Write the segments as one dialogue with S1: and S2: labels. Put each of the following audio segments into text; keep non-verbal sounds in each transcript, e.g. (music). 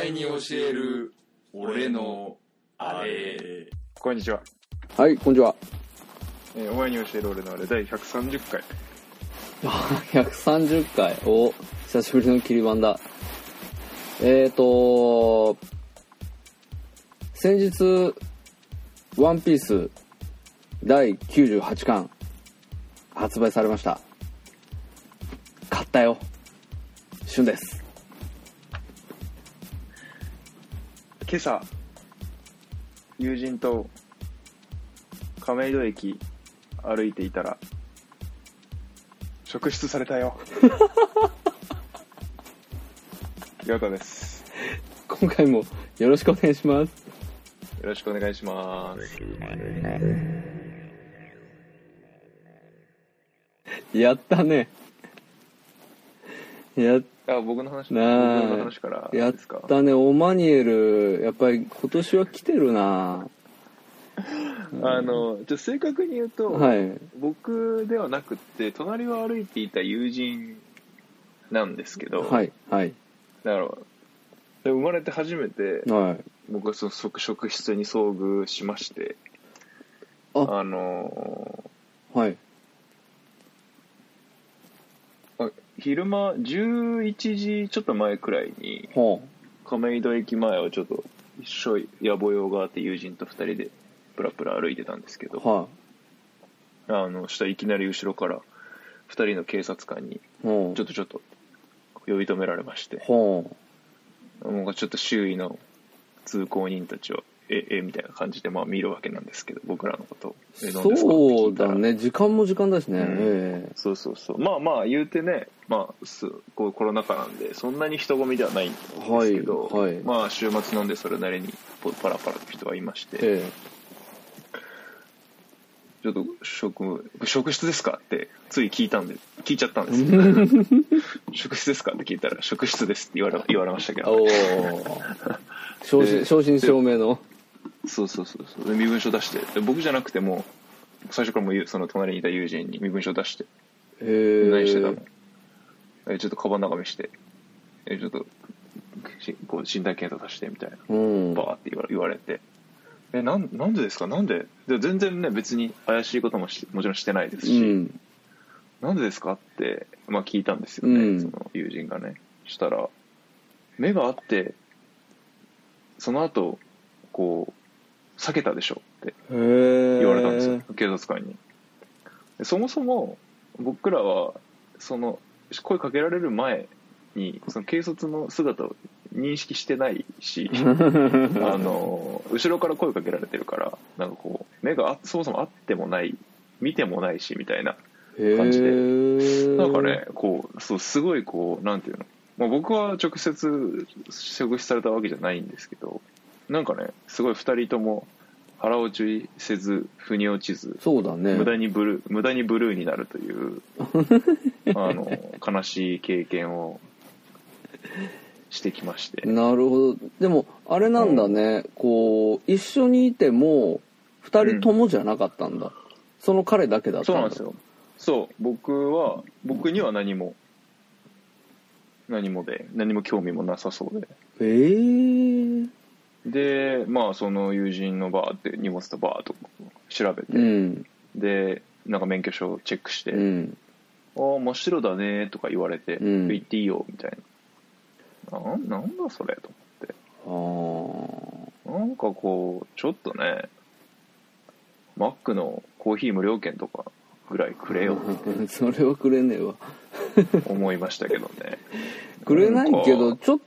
S1: える俺のあれ
S2: こんにちは、
S3: はい、こんにち (laughs) は。
S2: えーお前に教える俺のあれ第130回
S3: 130回。お、久しぶりの切り番だ。えーと、先日、ワンピース第98巻発売されました。買ったよ。旬です。
S2: 今朝友人と亀戸駅歩いていたら職質された (laughs) よよかです
S3: 今回もよろしくお願いします。
S2: よろしくお願いします
S3: やったね。やっ
S2: あ僕の話
S3: なあ
S2: 僕の話から
S3: やっ
S2: ですか
S3: たね、オマニエル、やっぱり今年は来てるな
S2: あのじゃあ正確に言うと、
S3: はい。
S2: 僕ではなくって隣を歩いていた友人なんですけど、
S3: はい、はい、
S2: だからで生まれて初めて
S3: はい。
S2: 僕はその即職室に遭遇しまして
S3: あ
S2: あの
S3: はい。
S2: ーあ昼間11時ちょっと前くらいに
S3: ほ
S2: 亀戸駅前をちょっと一緒野暮用があって友人と2人でプラプラ歩いてたんですけ
S3: う。
S2: ど
S3: は
S2: あのしたらいきなり後ろから2人の警察官に
S3: い。ほう。
S2: ちょっとちょっと呼び止められまして
S3: ほう。
S2: もうちょっと周囲の通行人たちを、え、え、みたいな感じで、まあ見るわけなんですけど、僕らのことを。えどですかって
S3: そ
S2: 聞いうたら
S3: だね。時間も時間だしね。
S2: うん
S3: ええ
S2: そうそうそう。まあまあ言うてね、まあ、すこうコロナ禍なんで、そんなに人混みではないんですけど、
S3: はいはい
S2: まあ週末なんでそれなりにぽパラパラと人はいまして、
S3: え
S2: ちょっと職、職質ですかって、つい聞いたんで、聞いちゃったんです
S3: (laughs)
S2: よ職質ですかって聞いたら、職質ですって言われ言われましたけ
S3: え
S2: ど、
S3: おお。 (laughs) 正
S2: で
S3: 真正真正銘の。
S2: そうそうそうそうで身分証出してで僕じゃなくてもう最初からもうゆその隣にいた友人に身分証出して
S3: え
S2: 「
S3: え
S2: 何してたのえちょっとカバンの中見して「えちょっとしこう身体検査出して」みたいな
S3: うん。
S2: バーって言われ言われて「えなんなんでですかなんで?」で全然ね別に怪しいこともしもちろんしてないです
S3: う
S2: し「
S3: ん。
S2: なんでですか?」って、まあ、聞いたんですよね、
S3: うん
S2: その友人がねしたら目があってその後こう避けたでしょって
S3: へえ。
S2: 言われたん
S3: (laughs)
S2: ですよ、警察官にでそもそも僕らはその声かけられる前にその警察の姿を認識してないしあの後ろから声かけられてるからなんかこう目があそもそもあってもない見てもないしみたいな
S3: へえ。
S2: 感じでなんかねこうそうすごいこうなんていうの、まあ、僕は直接職質されたわけじゃないんですけどなんかねすごい2人とも腹落ちせず腑に落ちず
S3: そうだね。
S2: 無駄にブルー無駄にブルーになるという
S3: (laughs)
S2: あの悲しい経験をしてきまして
S3: なるほどでもあれなんだね、こう一緒にいても2人ともじゃなかったんだ、その彼だけだった
S2: そう
S3: んだ
S2: なんですよそう僕は僕には何も何もで何も興味もなさそうで
S3: えー、
S2: でまあその友人のバーって荷物とバーと調べて、
S3: うん
S2: でなんか免許証をチェックして「
S3: うん
S2: ああ真っ白だね」とか言われて「
S3: うん
S2: 行っていいよ」みたいな「なんなんだそれ」と
S3: あー (laughs)
S2: なんかこうちょっとねマックのコーヒー無料券とかぐらいくれよ
S3: それはくれねえわ (laughs)
S2: と思いましたけどね
S3: くれないけど
S2: んか
S3: ちょっ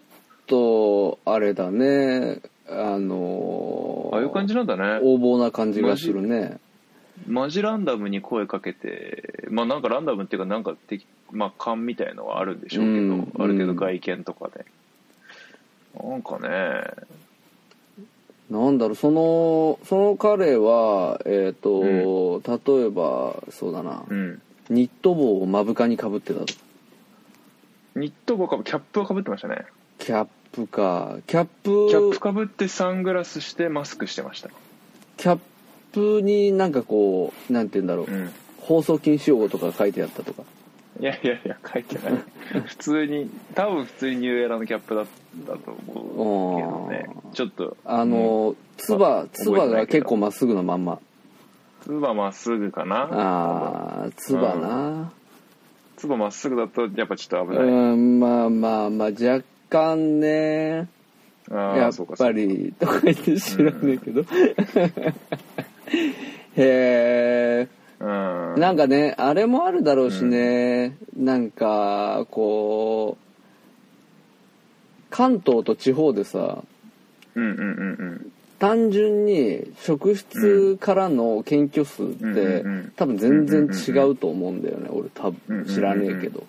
S3: とあれだねあのー
S2: ああいう感じなんだね
S3: 横暴な感じがするね
S2: マジランダムに声かけてまあなんかランダムっていうかなんかてまあ勘みたいのはあるんでしょうけど、
S3: うん
S2: ある程度外見とかで、なんかね
S3: なんだろうそのその彼はえっ、と、例えばそうだな、
S2: うん
S3: ニット帽を目深にかぶってた
S2: ニット帽かぶキャップをかぶってましたね
S3: キャップかキャップ
S2: キャップかぶってサングラスしてマスクしてました
S3: キャップになんかこうなんて言うんだろう、
S2: うん
S3: 放送禁止用語とか書いてあったとか (laughs)
S2: いやいやいや書いてない普通に多分普通にニューエラのキャップだったと思けどねちょっと
S3: あのつばつばが結構まっすぐのまんま
S2: つばまっすぐかな
S3: ああつばな
S2: つばまっすぐだとやっぱちょっと危
S3: う
S2: ない
S3: んまあまあまあ若干ね
S2: あ
S3: や
S2: あ
S3: っ
S2: そうかそ
S3: ぱ
S2: うか
S3: りとか言って知らないけどへえ
S2: うん
S3: なんかねあれもあるだろうしね、なんかこう関東と地方でさ
S2: うんうんうん
S3: 単純に職質からの検挙数って、
S2: うんうんうん
S3: 多分全然違うと思うんだよね俺多
S2: うんうん
S3: 分
S2: うん
S3: 知らねえけど、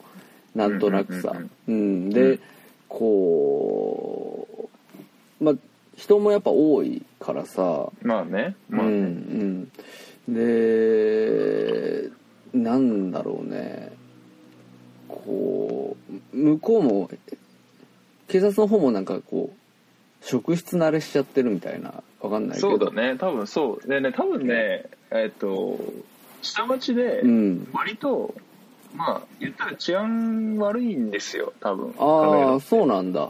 S3: なんとなくさ、うんで、
S2: うん
S3: こうまあ人もやっぱ多いからさ、
S2: まあねまあ
S3: う
S2: ね
S3: んうん、でなんだろうねこう向こうも警察の方もなんかこう職質慣れしちゃってるみたいなわかんないけど
S2: そうだね多分そうでね多分ねえっと下町で
S3: うん、
S2: 割とまあ言ったら治安悪いんですよ多分
S3: ああそうなんだ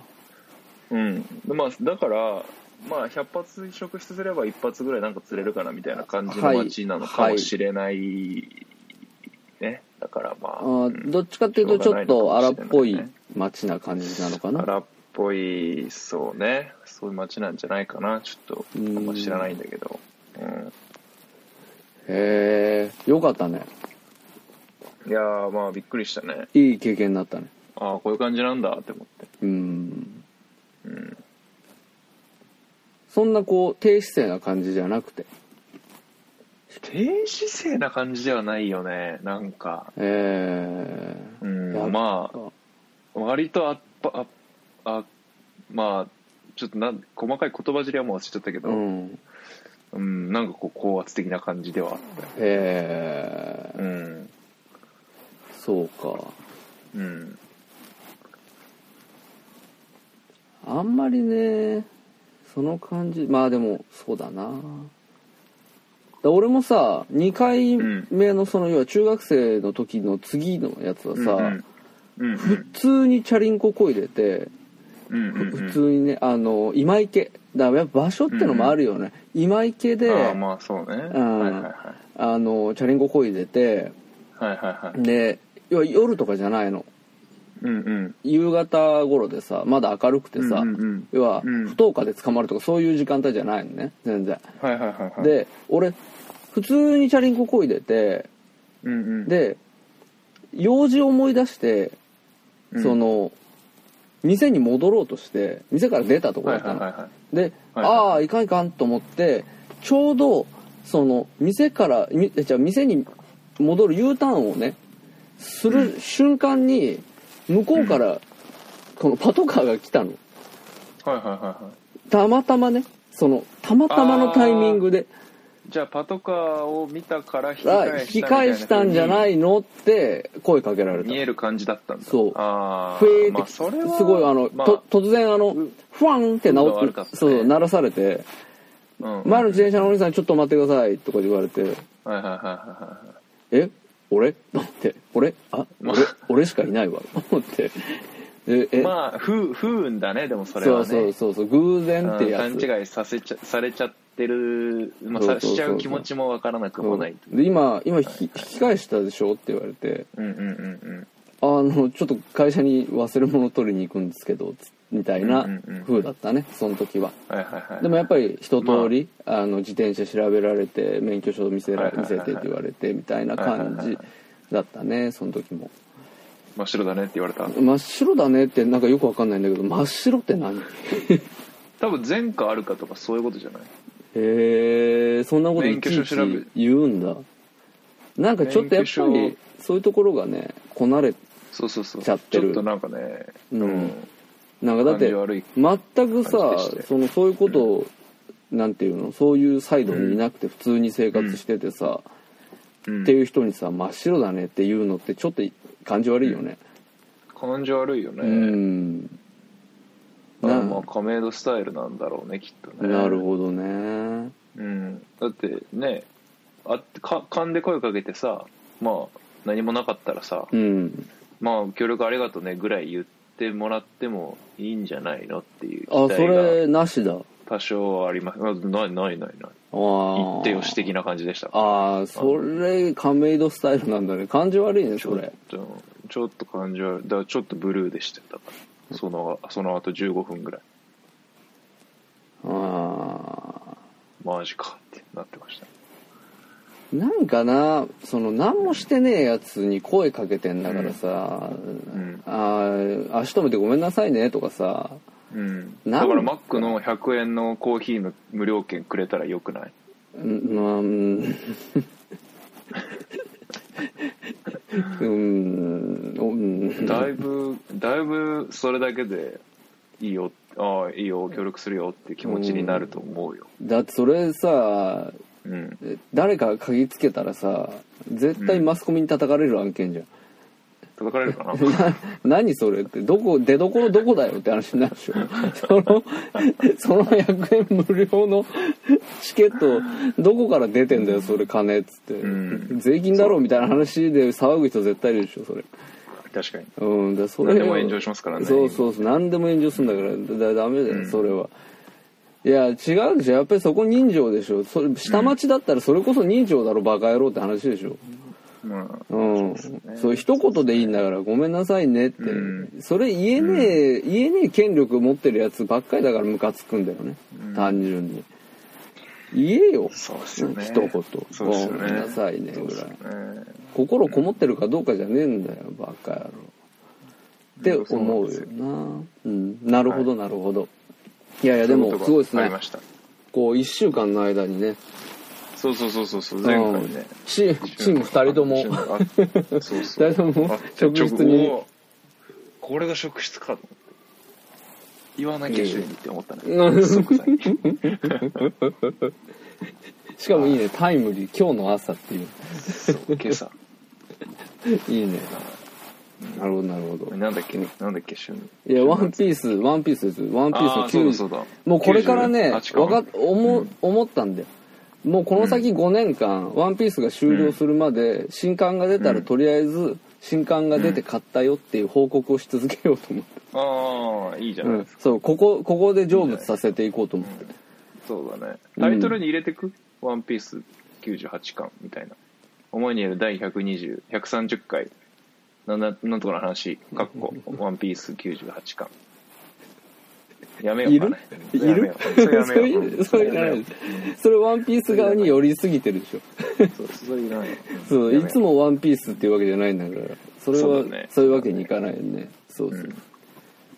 S2: うんでまあ、だから、まあ、100発職質すれば1発ぐらいなんか釣れるかなみたいな感じの
S3: はい
S2: 街なのかもしれない、ねだからま
S3: あ
S2: あ
S3: ーどっちかっていうとちょっと荒っぽい街な感じなのかな
S2: 荒っぽいそうねそういう街なんじゃないかなちょっとあ
S3: うん
S2: んま知らないんだけど、うん
S3: へえよかったね
S2: いやーまあびっくりしたね
S3: いい経験だったね
S2: ああこういう感じなんだって思って
S3: うん
S2: うん
S3: そんなこう低姿勢な感じじゃなくて
S2: 低姿勢な感じではないよねなんか、
S3: え
S2: う
S3: やっぱ
S2: ん、まあ割とあっぱああまあちょっとなん細かい言葉尻はもう忘れちゃったけ
S3: ー
S2: ど、
S3: う
S2: うん
S3: ん
S2: なんかこう高圧的な感じではあったよ
S3: えー
S2: うん
S3: そうか
S2: うん
S3: あんまりねその感じまあでもそうだなだ俺もさ2回目のその要は中学生の時の次のやつはさ、
S2: うんうんうん
S3: 普通にチャリンコこいでて
S2: うんうんうん
S3: 普通にねあの今池だからやっぱ場所ってのもあるよね、今池で
S2: ああ
S3: あ、
S2: まあそうね、
S3: ん
S2: はいはいはい
S3: のチャリンコこいでて
S2: はいはいはい
S3: で要は夜とかじゃないの
S2: うんうん
S3: 夕方頃でさまだ明るくてさ、
S2: うんうん
S3: 要は
S2: うん
S3: 不登下で捕まるとかそういう時間帯じゃないのね全然、
S2: はいはいはいはい
S3: で俺普通にチャリンコこいでて
S2: うんうん
S3: で用事を思い出して、
S2: うん
S3: その店に戻ろうとして店から出たとこ
S2: は
S3: ろ
S2: い
S3: だった
S2: はい
S3: の、
S2: はいはい
S3: で、
S2: はい
S3: ああいかんいかんと思ってちょうどその店からみじゃあ店に戻る U ターンをねする瞬間に向こうからこのパトカーが来たの
S2: はいはいはいはい
S3: たまたまねそのたまたまのタイミングで
S2: じゃあパトカーを見たから引き
S3: あ
S2: 返し
S3: 引
S2: た
S3: き返したんじゃないいのって声かけられた
S2: 見える感じだったんだ
S3: そう
S2: ああ
S3: ふえーって、
S2: まあそれは
S3: すごいあの、
S2: まあ
S3: と突然あのフワンって
S2: 運が
S3: 直
S2: 悪
S3: っ
S2: かったね
S3: そう鳴らされて
S2: うん
S3: 前の自転車のお兄さんちょっと待ってくださいとか言われて
S2: はいはいはいはいはい
S3: え俺 (laughs) だって俺あ
S2: まあ
S3: 俺俺しかいないわ (laughs) と思ってでえ、
S2: まあ不不運だねでもそれ
S3: そ
S2: は
S3: う
S2: ね
S3: そうそうそう偶然ってやつ
S2: うん勘違いさせちゃされちゃってる、まあ、
S3: そうそう
S2: さ
S3: そ
S2: し
S3: う
S2: ちゃう気持ちもわからなくもない
S3: そうで今今引き引き返したでしょって言われて
S2: うんうんうん
S3: 「あのちょっと会社に忘れ物取りに行くんですけど」つみたいな
S2: うんうんうん
S3: 風だったねその時は
S2: うんはいはいはい
S3: でもやっぱり一通り、あの自転車調べられて免許証見せ
S2: は
S3: ら
S2: いはいは
S3: 見
S2: い
S3: せ
S2: はい
S3: てって言われてみたいな感じだったねその時も
S2: 真っ白だねって言われた
S3: 真っ白だねってなんかよくわかんないんだけど真っ白って何
S2: 多分前科あるかとかそういうことじゃない
S3: へえそんなこといちい
S2: 免許
S3: ち
S2: 証調べ
S3: 言うんだなんかちょっとやっぱ
S2: 免
S3: り
S2: 許
S3: そういうところがねこなれ
S2: そうそうそう
S3: ちゃってる
S2: ちょっとなんかね
S3: うんなんかだっ
S2: 感
S3: て
S2: じ悪い
S3: 全くさ
S2: 感じでして
S3: そのそういうことを、なんていうのそういうサイドにいなくて普通に生活しててさ、
S2: うん
S3: っていう人にさ真っ白だねっていうのってちょっと感じ悪いよね
S2: 感じ悪いよね、
S3: うん、
S2: だから
S3: な
S2: まあ亀戸スタイルなんだろうねきっとね
S3: なるほどね
S2: うん、だってねあってか勘で声かけてさまあ何もなかったらさ、
S3: うん
S2: まあ協力ありがとうねぐらい言てもらってもいいんじゃないのっていう期
S3: あ、そ
S2: 待が
S3: れなしだ。あ
S2: 多少あります。あないないないない。
S3: あ。
S2: 一定を指的な感じでした。
S3: ああ、それ、亀戸スタイルなんだね。感じ悪いね、
S2: ちょ
S3: そ
S2: っ
S3: れ。
S2: と、ちょっと感じは、だからちょっとブルーでしたよだから。その、その後15分ぐらい。
S3: ああ。
S2: マジかってなってました。
S3: なんかな、その、何もしてねえやつに声かけてんだからさ、
S2: ん
S3: ああ、足止めてごめんなさいね、とかさ、
S2: うん。だ
S3: なん
S2: からマックの100円のコーヒーの無料券くれたらよくない
S3: うんまあ、うん
S2: (laughs)
S3: うん、うん、
S2: だいぶ、だいぶそれだけで、いいよ、ああ、いいよ、協力するよって気持ちになると思うよ。
S3: だってそれさ
S2: うん。
S3: 誰かが嗅ぎつけたらさ絶対マスコミに叩かれる案件じゃん、
S2: 叩かれる (laughs) かな
S3: (laughs) 何それってどこ出どころどこだよって話になるでしょそのその100円無料のチケットどこから出てんだよそれ金っつって、
S2: うん
S3: 税金だろうみたいな話で騒ぐ人絶対いるでしょそれ
S2: 確かに。
S3: うんだからそれ
S2: 何でも炎上しますからね
S3: そうそうそう何でも炎上するんだからだだダメだよ、それはいや違うでしょやっぱりそこ人情でしょそれ下町だったらそれこそ人情だろバカ野郎って話でしょ
S2: まあ、
S3: うん、そう一言でいいんだから「ごめんなさいね」って、
S2: う
S3: それ言えねえ、言えねえ権力持ってるやつばっかりだからムカつくんだよね、単純に言えよ
S2: そうっすよね。
S3: 一言
S2: そうっすよね。
S3: ごめんなさいね
S2: そうっす
S3: ぐ
S2: よ
S3: らい
S2: ね。
S3: 心こもってるかどうかじゃねえんだよバカ野郎って思うよなうんなるほどなるほど、い、やいやでもすごいです
S2: あり
S3: ね
S2: ました。
S3: こう1週間の間にね
S2: そうそうそうそうそう、前回ね。
S3: うんチチーム2人とも
S2: あそうそう。
S3: 二人とも
S2: あって
S3: 職質に
S2: ちょおこれが職質かと思って。言わなきゃ主にって思ったね。
S3: うん
S2: 即座に
S3: しかもいいねタイムリー今日の朝っていう
S2: そう今朝。
S3: いいねなるほどなるほど
S2: なんだっけなんだっけ主に。
S3: いやワンピースワンピースですワンピース
S2: あ
S3: の
S2: あ、そう
S3: 9
S2: だそうだ。
S3: もうこれからね
S2: 98
S3: わか思う思ったんだよもうこの先5年間「ワンピースが終了するまで新刊が出たらとりあえず新刊が出て買ったよっていう報告をし続けようと思って、
S2: ああ、いいじゃ
S3: う
S2: ない
S3: ん
S2: ですか。
S3: そうここここで成仏させていこうと思って
S2: そうだね。タイトルに入れてくワンピース98巻みたいな。思いによる第120、130回。なんだなんとかの話、かっこ、ワンピース98巻。やめようかね。
S3: い
S2: やめ
S3: る
S2: ようそれや
S3: そ
S2: めよう
S3: れ (laughs) それいらないそれ「ワンピース側に寄りすぎてるでしょ
S2: そうそれいらない。
S3: そう
S2: やめよ
S3: いつも「ワンピースっていうわけじゃないんだからそれ
S2: そ
S3: はそうう,、
S2: だね
S3: いうわけにいかないよねそうそう、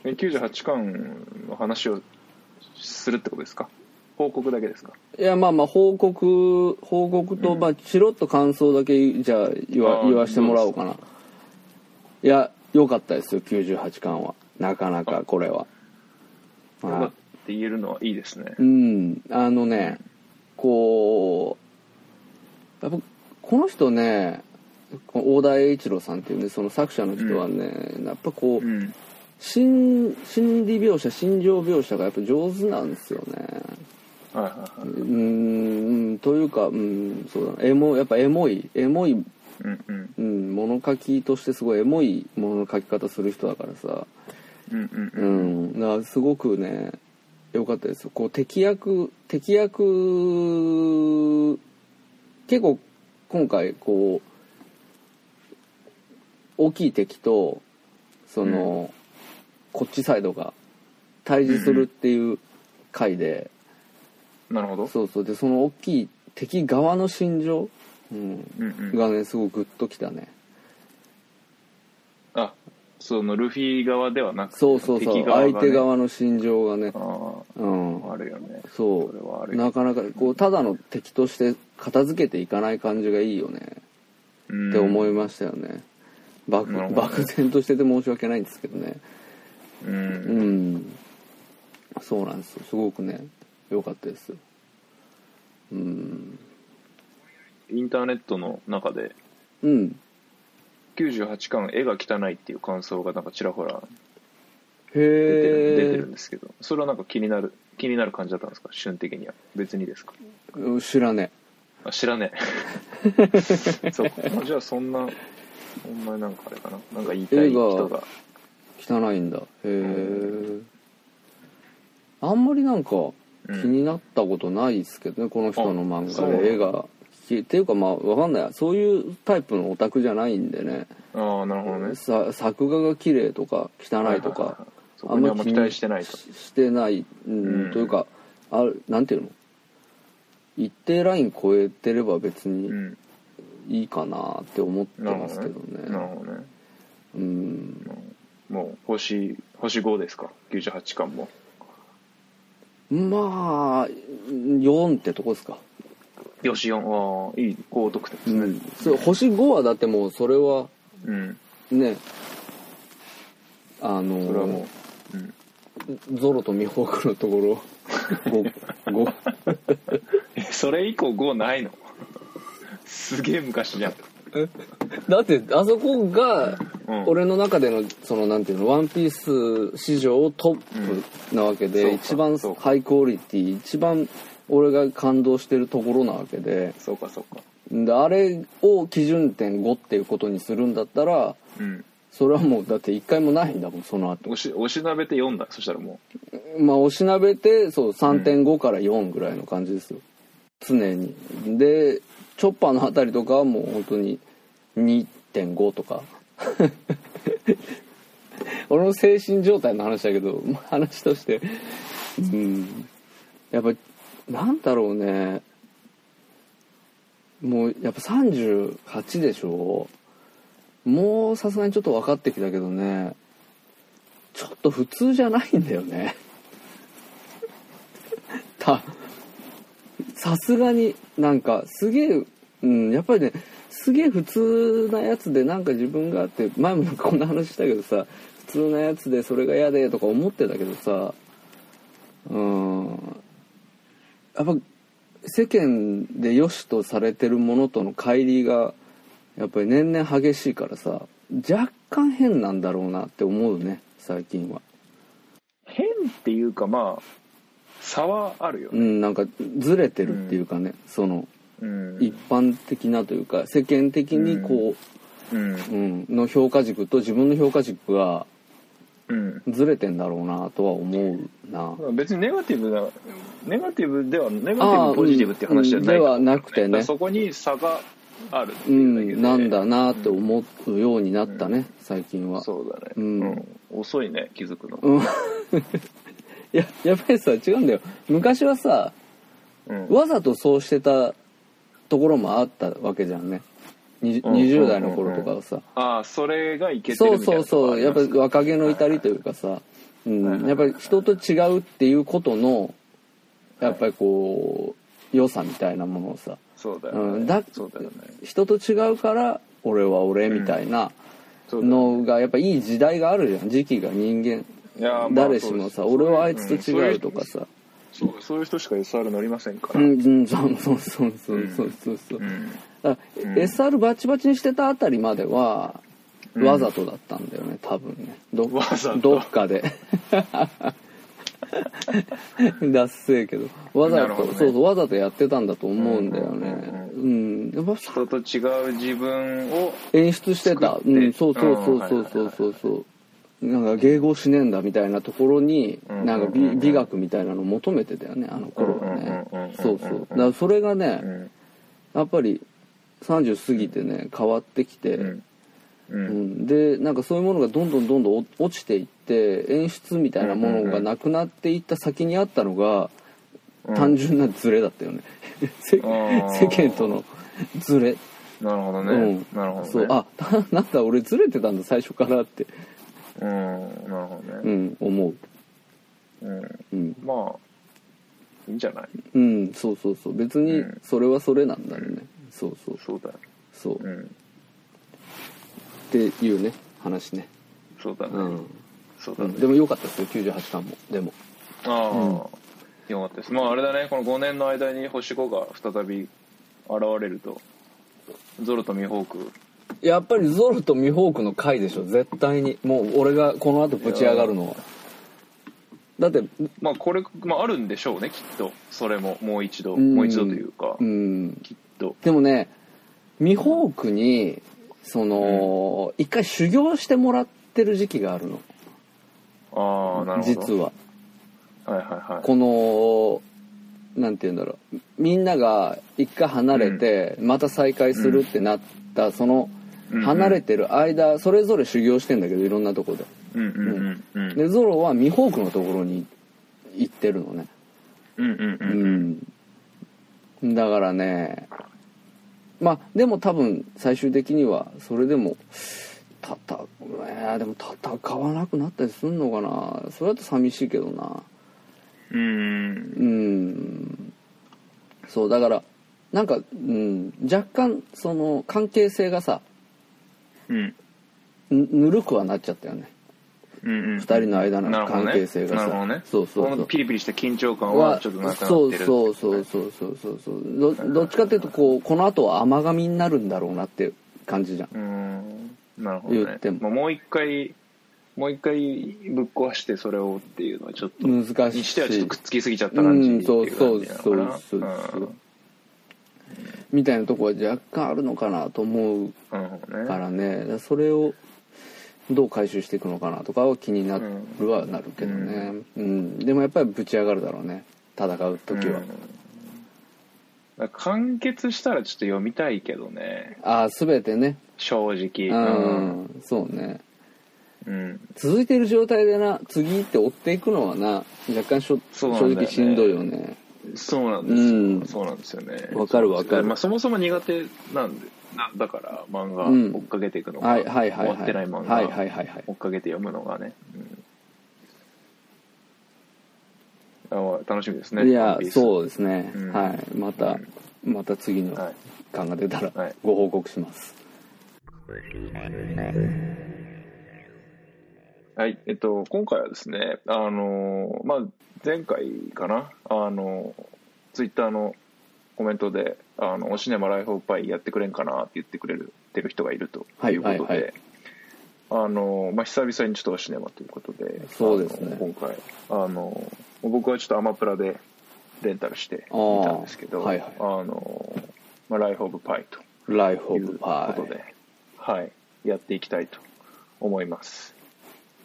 S2: え98巻の話をするってことですか報告だけですか
S3: いやまあまあ報告報告と、まあチロッと感想だけじゃあ言わ
S2: あー
S3: 言わしてもらおうかないや良かったですよ98巻はなかなかこれは
S2: よ
S3: は
S2: か
S3: い
S2: って言えるのはいいですね
S3: う。んあのねこうやっぱこの人ねこの大田栄一郎さんっていうねその作者の人はね、やっぱこう、
S2: うん。
S3: 心心理描写心情描写がやっぱ上手なんですよね
S2: はいはいは
S3: う
S2: い。
S3: ーんというかうんそうだなエモやっぱエモいエモい、
S2: うんうん。
S3: うん、物書きとしてすごいエモいものの書き方する人だからさ
S2: うんうん
S3: う
S2: うん。
S3: んだからすごくね良かったですよこう敵役敵役結構今回こう大きい敵とその、こっちサイドが対峙するっていう回で、
S2: なるほど。
S3: そうそうでその大きい敵側の心情、うん、
S2: うんうん。
S3: がねすごいグッときたね
S2: あそのルフィ側ではなくて
S3: そうそうそう、
S2: 敵側がね
S3: 相手側の心情がね
S2: あ
S3: うん
S2: ああるよね
S3: そ
S2: それはあ
S3: う
S2: るよ
S3: なかなかこうただの敵として片付けていかない感じがいいよね
S2: うん
S3: って思いましたよね、漠
S2: なるほどね
S3: 漠然としてて申し訳ないんですけどね
S2: う
S3: うんんそうなんですよすごくね良かったですようん
S2: インターネットの中で
S3: うん
S2: 98巻絵が汚いっていう感想がなんかちらほら
S3: へ
S2: 出てる,、出て
S3: え
S2: るんですけどそれはなんか気になる気になる感じだったんですか瞬的には別にですか
S3: 知らね
S2: あ知らね
S3: (laughs)
S2: えそうかじゃあそんなほんまになんかあれかななんか言いたい人が
S3: 絵汚いんだへえあんまりなんか気になったことないですけどね、この人の漫
S2: あそう
S3: 画
S2: なんだ
S3: で絵がっていうかまあわかんないそういうタイプのオタクじゃないんでね
S2: ああなるほどね
S3: さ作画が綺麗とか汚いと
S2: ははは
S3: か
S2: そこにあんま期待してないと
S3: ししてない、うん
S2: うん
S3: というかあるなんていうの一定ライン超えてれば別
S2: う
S3: に
S2: ん
S3: いいかなって思って
S2: なる
S3: ま
S2: ほ
S3: す
S2: ど
S3: け
S2: ね
S3: どね
S2: なるほどね
S3: うん
S2: もう星星5ですか98巻も
S3: まあ4ってとこですか、
S2: よし4ああいい高得点ですね
S3: それ星5はだってもうそれは
S2: うん
S3: ねあの
S2: それはもううん
S3: ゾロとミホークのところ 5,
S2: (laughs) えそれ以降5ないのすげえ昔じゃん
S3: だってあそこが
S2: うん
S3: 俺の中でのそのなんていうの「ワンピース史上トップなわけで、
S2: うん
S3: 一
S2: そ
S3: 番
S2: うかそうか
S3: ハイクオリティ一番俺が感動してるところなわけで
S2: そうかそうか
S3: であれを基準点5っていうことにするんだったら
S2: うん
S3: それはもうだって一回もないんだもんその後
S2: おしおしなべて読んだそしたらも
S3: まあおしなべてそう3.5から4ぐらいの感じですよ、常にでチョッパーのあたりとかはもう本当に2.5とか (laughs) 俺の精神状態の話だけどまあ話としてうんやっぱなんだろうねもうやっぱ38でしょもうさすがにちょっと分かってきたけどねちょっと普通じゃないんだよねたさすがになんかすげえうんやっぱりねすげえ普通なやつでなんか自分があって前もなんかこんな話したけどさ普通なやつでそれが嫌でとか思ってたけどさうんやっぱ世間で良しとされてるものとの乖離がやっぱり年々激しいからさ若干変なんだろうなって思うね最近は
S2: う変っていうかまあ差はあるよ
S3: う
S2: ね
S3: んなんかずれてるっていうかね、その
S2: うん
S3: 一般的なというか世間的にこ
S2: うん
S3: う、うん、の評価軸と自分の評価軸が
S2: うん
S3: ずれてんだろうなとは思うな
S2: 別にネガティブなネガティブではネガティブポジティブっていう話じゃない
S3: あーうんではなくてね
S2: だからそこに差があるって
S3: う
S2: いうだけで
S3: んなんだなと思うようになったね、最近は
S2: そうだね
S3: う
S2: うんん遅いね気づくの
S3: うん (laughs) いややっぱりさ違うんだよ昔はさ
S2: うん
S3: わざとそうしてたところもあったわけじゃんねに
S2: うん
S3: 20代の頃とかはさ、
S2: ああそれがいけて
S3: そ
S2: るみ
S3: う
S2: たい
S3: そ
S2: な
S3: うそうやっぱ
S2: り
S3: 若気の至りというかさ、うん、やっぱり人と違うっていうことのやっぱりこう良さみたいなものをさ、
S2: そうだよ
S3: う
S2: ね
S3: ん、だ
S2: そうだよね
S3: 人と違うから俺は俺みたいな
S2: そうだよね
S3: のがやっぱいい時代があるじゃん時期が人間
S2: いやーまあ
S3: 誰しもさ
S2: そうです
S3: 俺はあいつと違うとかさ
S2: そうそういう人しか SR 乗りませんか
S3: う
S2: ら
S3: んうんそうそうそうそうそうそうそう
S2: うん
S3: だから
S2: うん
S3: SR バチバチにしてたあたりまでは
S2: うん
S3: わざとだったんだよね多分ねど
S2: わざと
S3: どっかで
S2: (laughs)
S3: ダッセーけどわざ
S2: なる
S3: と、
S2: ほどね
S3: そうそうわざとやってたんだと思うんだよねうんやっぱ
S2: 人と違う自分を
S3: 演出してた
S2: 作っ
S3: う
S2: て
S3: んそうそうそうそううんそうそうそうなんか迎合しねえんだみたいなところに
S2: うん
S3: なんか
S2: うんうんう
S3: 美
S2: ん
S3: 美学みたいなの求めてたよねあの頃はね
S2: うんうんうんうんうん
S3: そうそうだからそれがね、
S2: うん
S3: やっぱり30過ぎてね変わってきて、
S2: う
S3: うん
S2: んうん
S3: でなんかそういうものがどんどんどんどん落落ちていって演出みたいなものがなくなっていった先にあったのが、
S2: うん
S3: 単純なズレだったよね、せ
S2: あ
S3: (laughs) 世
S2: ー
S3: 間とのズレ、
S2: なるほど
S3: う
S2: ね
S3: ん
S2: なるほどね
S3: そうあ (laughs) なんだ俺ズレてたんだ最初からって、
S2: うんなるほど
S3: う
S2: ね
S3: ん、思う
S2: うん
S3: うん、
S2: まあいいんじゃない
S3: うん、そうそうそう別に
S2: うん
S3: それはそれなんだよね、そうそう
S2: そうだよ
S3: そう、
S2: う
S3: っ
S2: ん
S3: ていうね話ね
S2: そうだ
S3: う
S2: ね
S3: ん
S2: そう
S3: う
S2: だね
S3: んでも良かったですよ98巻もでも
S2: ああ、よかったですまああれだねこの5年の間に星5が再び現れるとゾロとミホーク
S3: やっぱりゾロとミホークの回でしょ絶対にもう俺がこの後ぶち上がるのはだって
S2: まあこれ、まあ、あるんでしょうねきっとそれももう一度
S3: ん
S2: もう一度というか
S3: うん
S2: きっと
S3: でもねミホークにその、一回修行してもらってる時期があるの
S2: ああなるほど
S3: 実は
S2: はいはいはい
S3: このなんて言うんだろうみんなが一回離れてまた再会するってなったその
S2: うんうん
S3: 離れてる間それぞれ修行してんだけどいろんなとこで
S2: うんうんうんうん
S3: でゾロはミホークのところに行ってるのね
S2: うんうんうん
S3: うんだからねまあでも多分最終的にはそれでもたたえーでも戦わなくなったりすんのかなそれだと寂しいけどな
S2: うん
S3: うんそうだからなんか、うん、若干その関係性がさ
S2: うん
S3: ぬぬるくはなっちゃったよね
S2: うんうん
S3: 二人の間
S2: な
S3: の
S2: るほど
S3: 関
S2: ね
S3: 係性が
S2: な
S3: さ
S2: るほどね
S3: そうそう
S2: こ
S3: そう
S2: のピリピリした緊張感は
S3: は
S2: ちょっとなくなっ
S3: そう
S2: てる
S3: そうそうそうそうそうそうどどっちかっていうとこうこの後は甘噛みになるんだろうなっていう感じじゃん
S2: うーんなるほど
S3: 言っ
S2: ね
S3: ても
S2: まあもう一回もう一回ぶっ壊してそれをっていうのはちょっと
S3: 難しい
S2: にしてはちょっとくっつきすぎちゃった感じ
S3: うん
S2: って
S3: そ
S2: いうう
S3: そ
S2: 感
S3: う
S2: じなの
S3: そ
S2: か
S3: う
S2: な
S3: そうそうみたいなとこは若干あるのかなと思
S2: う
S3: う
S2: んなるほど
S3: か
S2: ね
S3: らねだからそれをどう回収していくのかなとかは気になるはなるけどね、うんでもやっぱりぶち上がるだろうね戦う時は、
S2: うんだから完結したらちょっと読みたいけどね
S3: ああ全てね
S2: 正直
S3: うん、そうね
S2: うん
S3: 続いてる状態でな次って追っていくのはな若干しょ
S2: そうなんだよ
S3: 正
S2: ね
S3: 直しんどいよね
S2: そうなん
S3: うん
S2: ですよ。そうなんですよね。
S3: わかるわかる
S2: まあそもそも苦手なんで、なだから漫画
S3: うん
S2: 追っかけていくのが、
S3: はいはいは
S2: 終
S3: いは
S2: わ
S3: い
S2: ってない漫
S3: はいはい
S2: 画
S3: はいはい
S2: 追っかけて読むのがね。うんあ楽しみですね。
S3: い
S2: ワ
S3: や
S2: ンピース
S3: そうですね、
S2: うん
S3: はいまた、また次の
S2: はい
S3: 感が出たら
S2: はい
S3: ご報告します、
S2: はい、えっと、今回はですね、あのーまあ、前回かな、あのツイッター Twitter のコメントで、あの、おしねまライフオブパイやってくれんかなって言ってくれるてる人がいると
S3: はい
S2: いうことで、
S3: はいはい
S2: あのまあ、久々にちょっとおしねまということで、
S3: そうですね
S2: あの今回、あの僕はちょっとアマプラでレンタルして
S3: あー
S2: 見たんですけど、
S3: はいはい
S2: あのまあ、ライフオブパイと
S3: ライフ・
S2: い
S3: オ
S2: う
S3: ブ・
S2: こ
S3: パ
S2: とで、はい、やっていきたいと思います。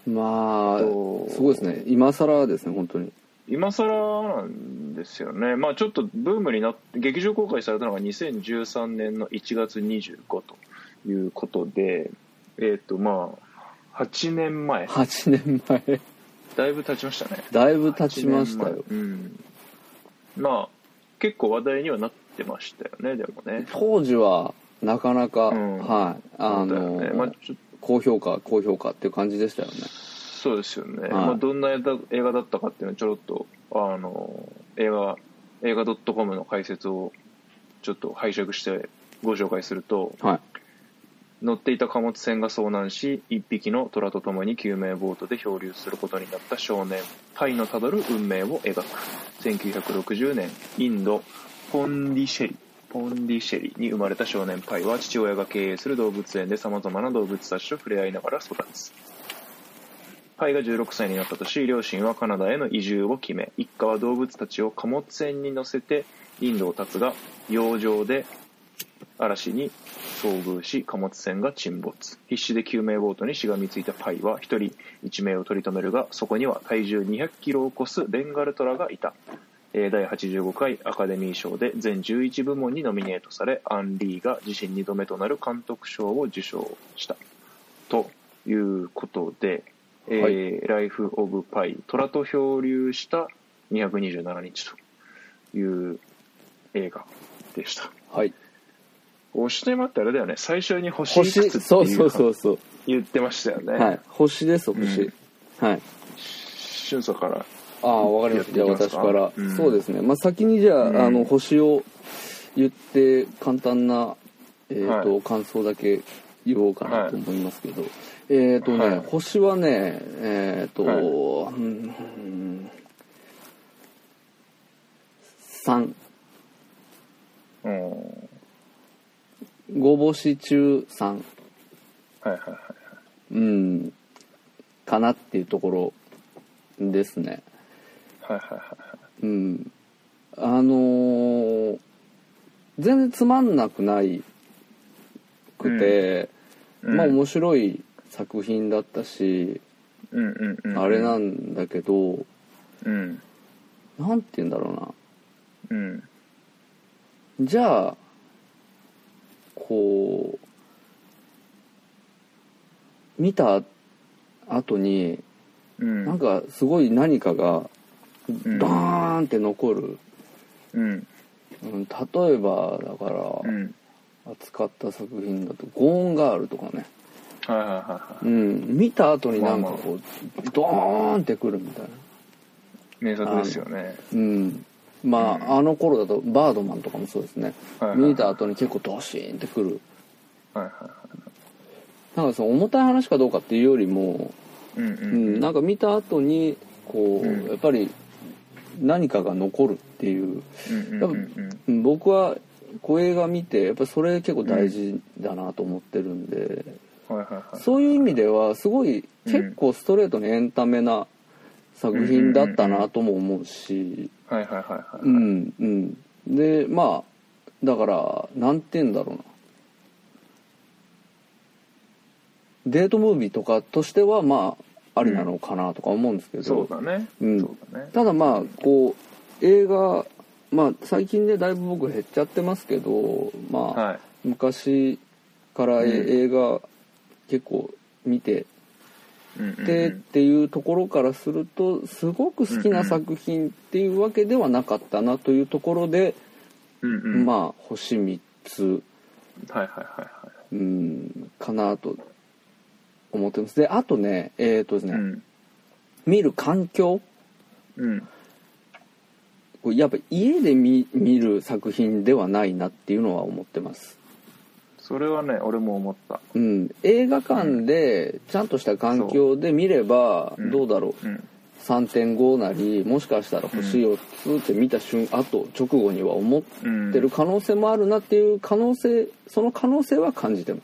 S3: イまあ
S2: と
S3: すごいですね今更ですね本当に
S2: 今更なんですよね、まあ、ちょっとブームになって劇場公開されたのが2013年の1月25ということで、えっとまあ、8年前
S3: 8年前
S2: だいぶ経ちましたね
S3: だいぶ経ちました
S2: 8
S3: よ
S2: 年前うん、まあ結構話題にはなってましたよねでもね
S3: 当時はなかなか、
S2: うん
S3: はいあの、
S2: そうだよねまあちょっと
S3: 高評価高評価っていう感じでしたよね
S2: そうですよね、
S3: い
S2: まあ、どんな映画映画だったかっていうのをちょろっとあの映画映画 .com の解説をちょっと拝借してご紹介すると
S3: はい
S2: 乗っていた貨物船が遭難し一匹の虎と共に救命ボートで漂流することになった少年パイのたどる運命を描く1960年インドポンディシェリポンディシェリに生まれた少年パイは父親が経営する動物園で様々な動物たちと触れ合いながら育つパイが16歳になった年両親はカナダへの移住を決め一家は動物たちを貨物船に乗せてインドを立つが洋上で嵐に遭遇し貨物船が沈没必死で救命ボートにしがみついたパイは一人一命を取り留めるがそこには体重2 0 0キロを超すベンガルトラがいたえー第85回アカデミー賞で全11部門にノミネートされアン・リーが自身2度目となる監督賞を受賞したということで、えー
S3: は
S2: ライフ・オブ・パイ虎と漂流した227日という映画でした
S3: はい
S2: 星ネマってあれだよね最初に星いく
S3: 星
S2: つって
S3: そう
S2: い
S3: そううそ
S2: か
S3: うそう
S2: 言ってましたよね、
S3: はい星です星、
S2: うん
S3: はい
S2: 俊さから
S3: ああわかりましたじゃあ
S2: やってい
S3: 私
S2: きますか
S3: から、
S2: うん
S3: そうですね、まあ、先にじゃあ,、
S2: うん
S3: あの星を言って簡単な、えーと
S2: は
S3: 感想だけ言おうかなと思いますけど、えっ、とね、
S2: はい
S3: 星はねえっ、と、
S2: はい
S3: うんうん3
S2: うんはい
S3: 五星中3
S2: はいはい
S3: うんかなっていうところですね。
S2: はいはいはい
S3: うん、あのー全然つまんなくないくて、
S2: うん
S3: まあ面白い作品だったし、
S2: うんうんうん
S3: あれなんだけど
S2: うん
S3: なんて言うんだろ
S2: うん
S3: うなじゃあこう見た後に
S2: うん
S3: なんかすごい何かが
S2: うん
S3: バーンって残る、
S2: うん
S3: うん、例えばだから、
S2: うん
S3: 扱った作品だと「ゴーンガール」とかね、
S2: はいはいはいは
S3: うん、見た後になんかこうドーンってくるみたいな、
S2: い名作ですよね
S3: うん、まあ、あの頃だと「バードマン」とかもそうですね、
S2: はいはい
S3: 見た後に結構ドシーンってくる
S2: はいはいは
S3: なんかその重たい話かどうかっていうよりも、
S2: いうん
S3: う
S2: うん
S3: ん、なんか見た後にこう、
S2: うん
S3: やっぱり何かが残るっていう
S2: うんうんうん
S3: うん僕はこう映画見てやっぱそれ結構大事だなと思ってるんで、
S2: はいはいはい
S3: そういう意味ではすごい結構ストレートにエンタメな作品だったなとも思うし、
S2: はいはいはいは
S3: う
S2: い
S3: んうん、でまあだから何て言うんだろうなデートムービーとかとしてはまあありなのかなとか思うんですけど、
S2: そうだね
S3: うん
S2: そうだね
S3: ただまあこう映画まあ最近ねだいぶ僕減っちゃってますけどまあ、
S2: はい
S3: 昔からえ
S2: うん
S3: 映画結構見て
S2: うんうんうん
S3: てっていうところからするとすごく好きな作品っていうわけではなかったなというところで
S2: うんうんは
S3: まあ星3つ、
S2: いはいは
S3: うん、かなと思ってますであとねえっ、とです
S2: いはい
S3: ね、
S2: うん
S3: 見る環境
S2: うん
S3: こうやっぱ家で見見る作品ではないなっていうのは思ってます。
S2: それはね俺も思った
S3: うん、映画館でちゃんとした環境で見れば
S2: うん
S3: どうだろう、
S2: うん
S3: 3.5なりもしかしたら星4つって見た瞬あと直後には思っ
S2: うん
S3: てる可能性もあるなっていう可能性その可能性は感じてます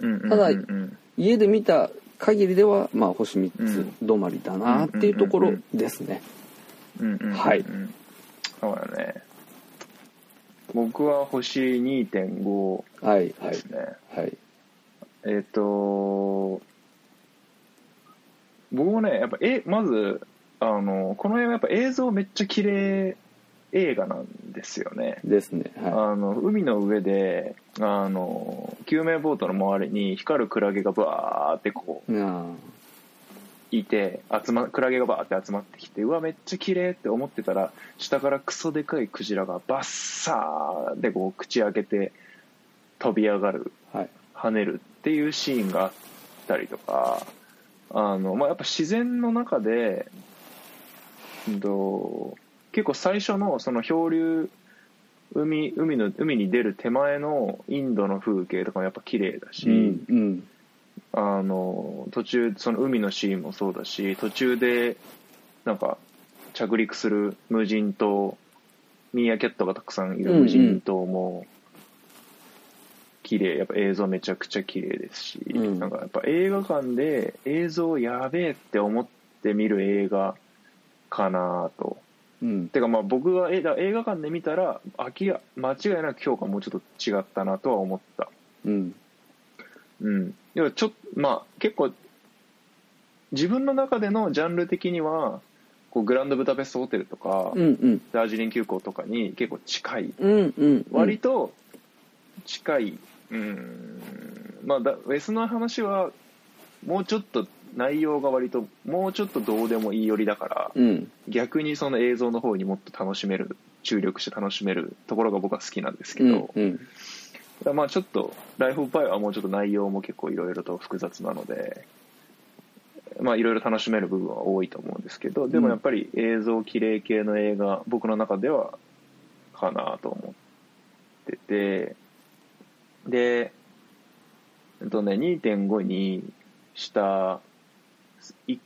S2: うんうんうん
S3: ただ
S2: うん
S3: 家で見た限りではまあ星3
S2: う
S3: つ止まりだなっていうところですね
S2: うんうんうん
S3: はい
S2: そうだね僕は星2.5
S3: はいは
S2: で
S3: い
S2: すね、
S3: はい
S2: えっ、と僕もねやっぱえまずあのこの映画やっぱ映像めっちゃ綺麗映画なんですよね
S3: ですねは
S2: あの海の上であの救命ボートの周りに光るクラゲがバーってこ
S3: いなあ
S2: ういて集、ま、クラゲがバーって集まってきてうわめっちゃ綺麗って思ってたら下からクソでかいクジラがバッサーでこう口開けて飛び上がる
S3: はい
S2: 跳ねるっていうシーンがあったりとかあの、まあ、やっぱ自然の中で、うんと、結構最初のその漂流海海の海に出る手前のインドの風景とかもやっぱ綺麗だし、
S3: うんうん
S2: あの途中その海のシーンもそうだし途中でなんか着陸する無人島ミーアキャットがたくさんいる無人島も綺麗やっぱ映像めちゃくちゃ綺麗ですし、
S3: うん
S2: なんかやっぱ映画館で映像やべえって思って見る映画かなと
S3: うん
S2: てかまあ僕が映画映画館で見たら明ら間違いなく評価もうちょっと違ったなとは思った
S3: うん
S2: うん、でもちょっとまあ結構自分の中でのジャンル的にはこうグランドブダペストホテルとか、
S3: うんうん
S2: ダージリン急行とかに結構近い
S3: うんうん
S2: 割と近い、うんまあ、だウェスの話はもうちょっと内容が割ともうちょっとどうでもいい寄りだから
S3: うん
S2: 逆にその映像の方にもっと楽しめる注力して楽しめるところが僕は好きなんですけ
S3: う
S2: ど、
S3: んうん
S2: だからまあちょっと「ライフ・オブ・パイ」はもうちょっと内容も結構いろいろと複雑なのでまあいろいろ楽しめる部分は多いと思うんですけどでもやっぱり映像綺麗系の映画僕の中ではかなと思っててでえっとね2.5にしたい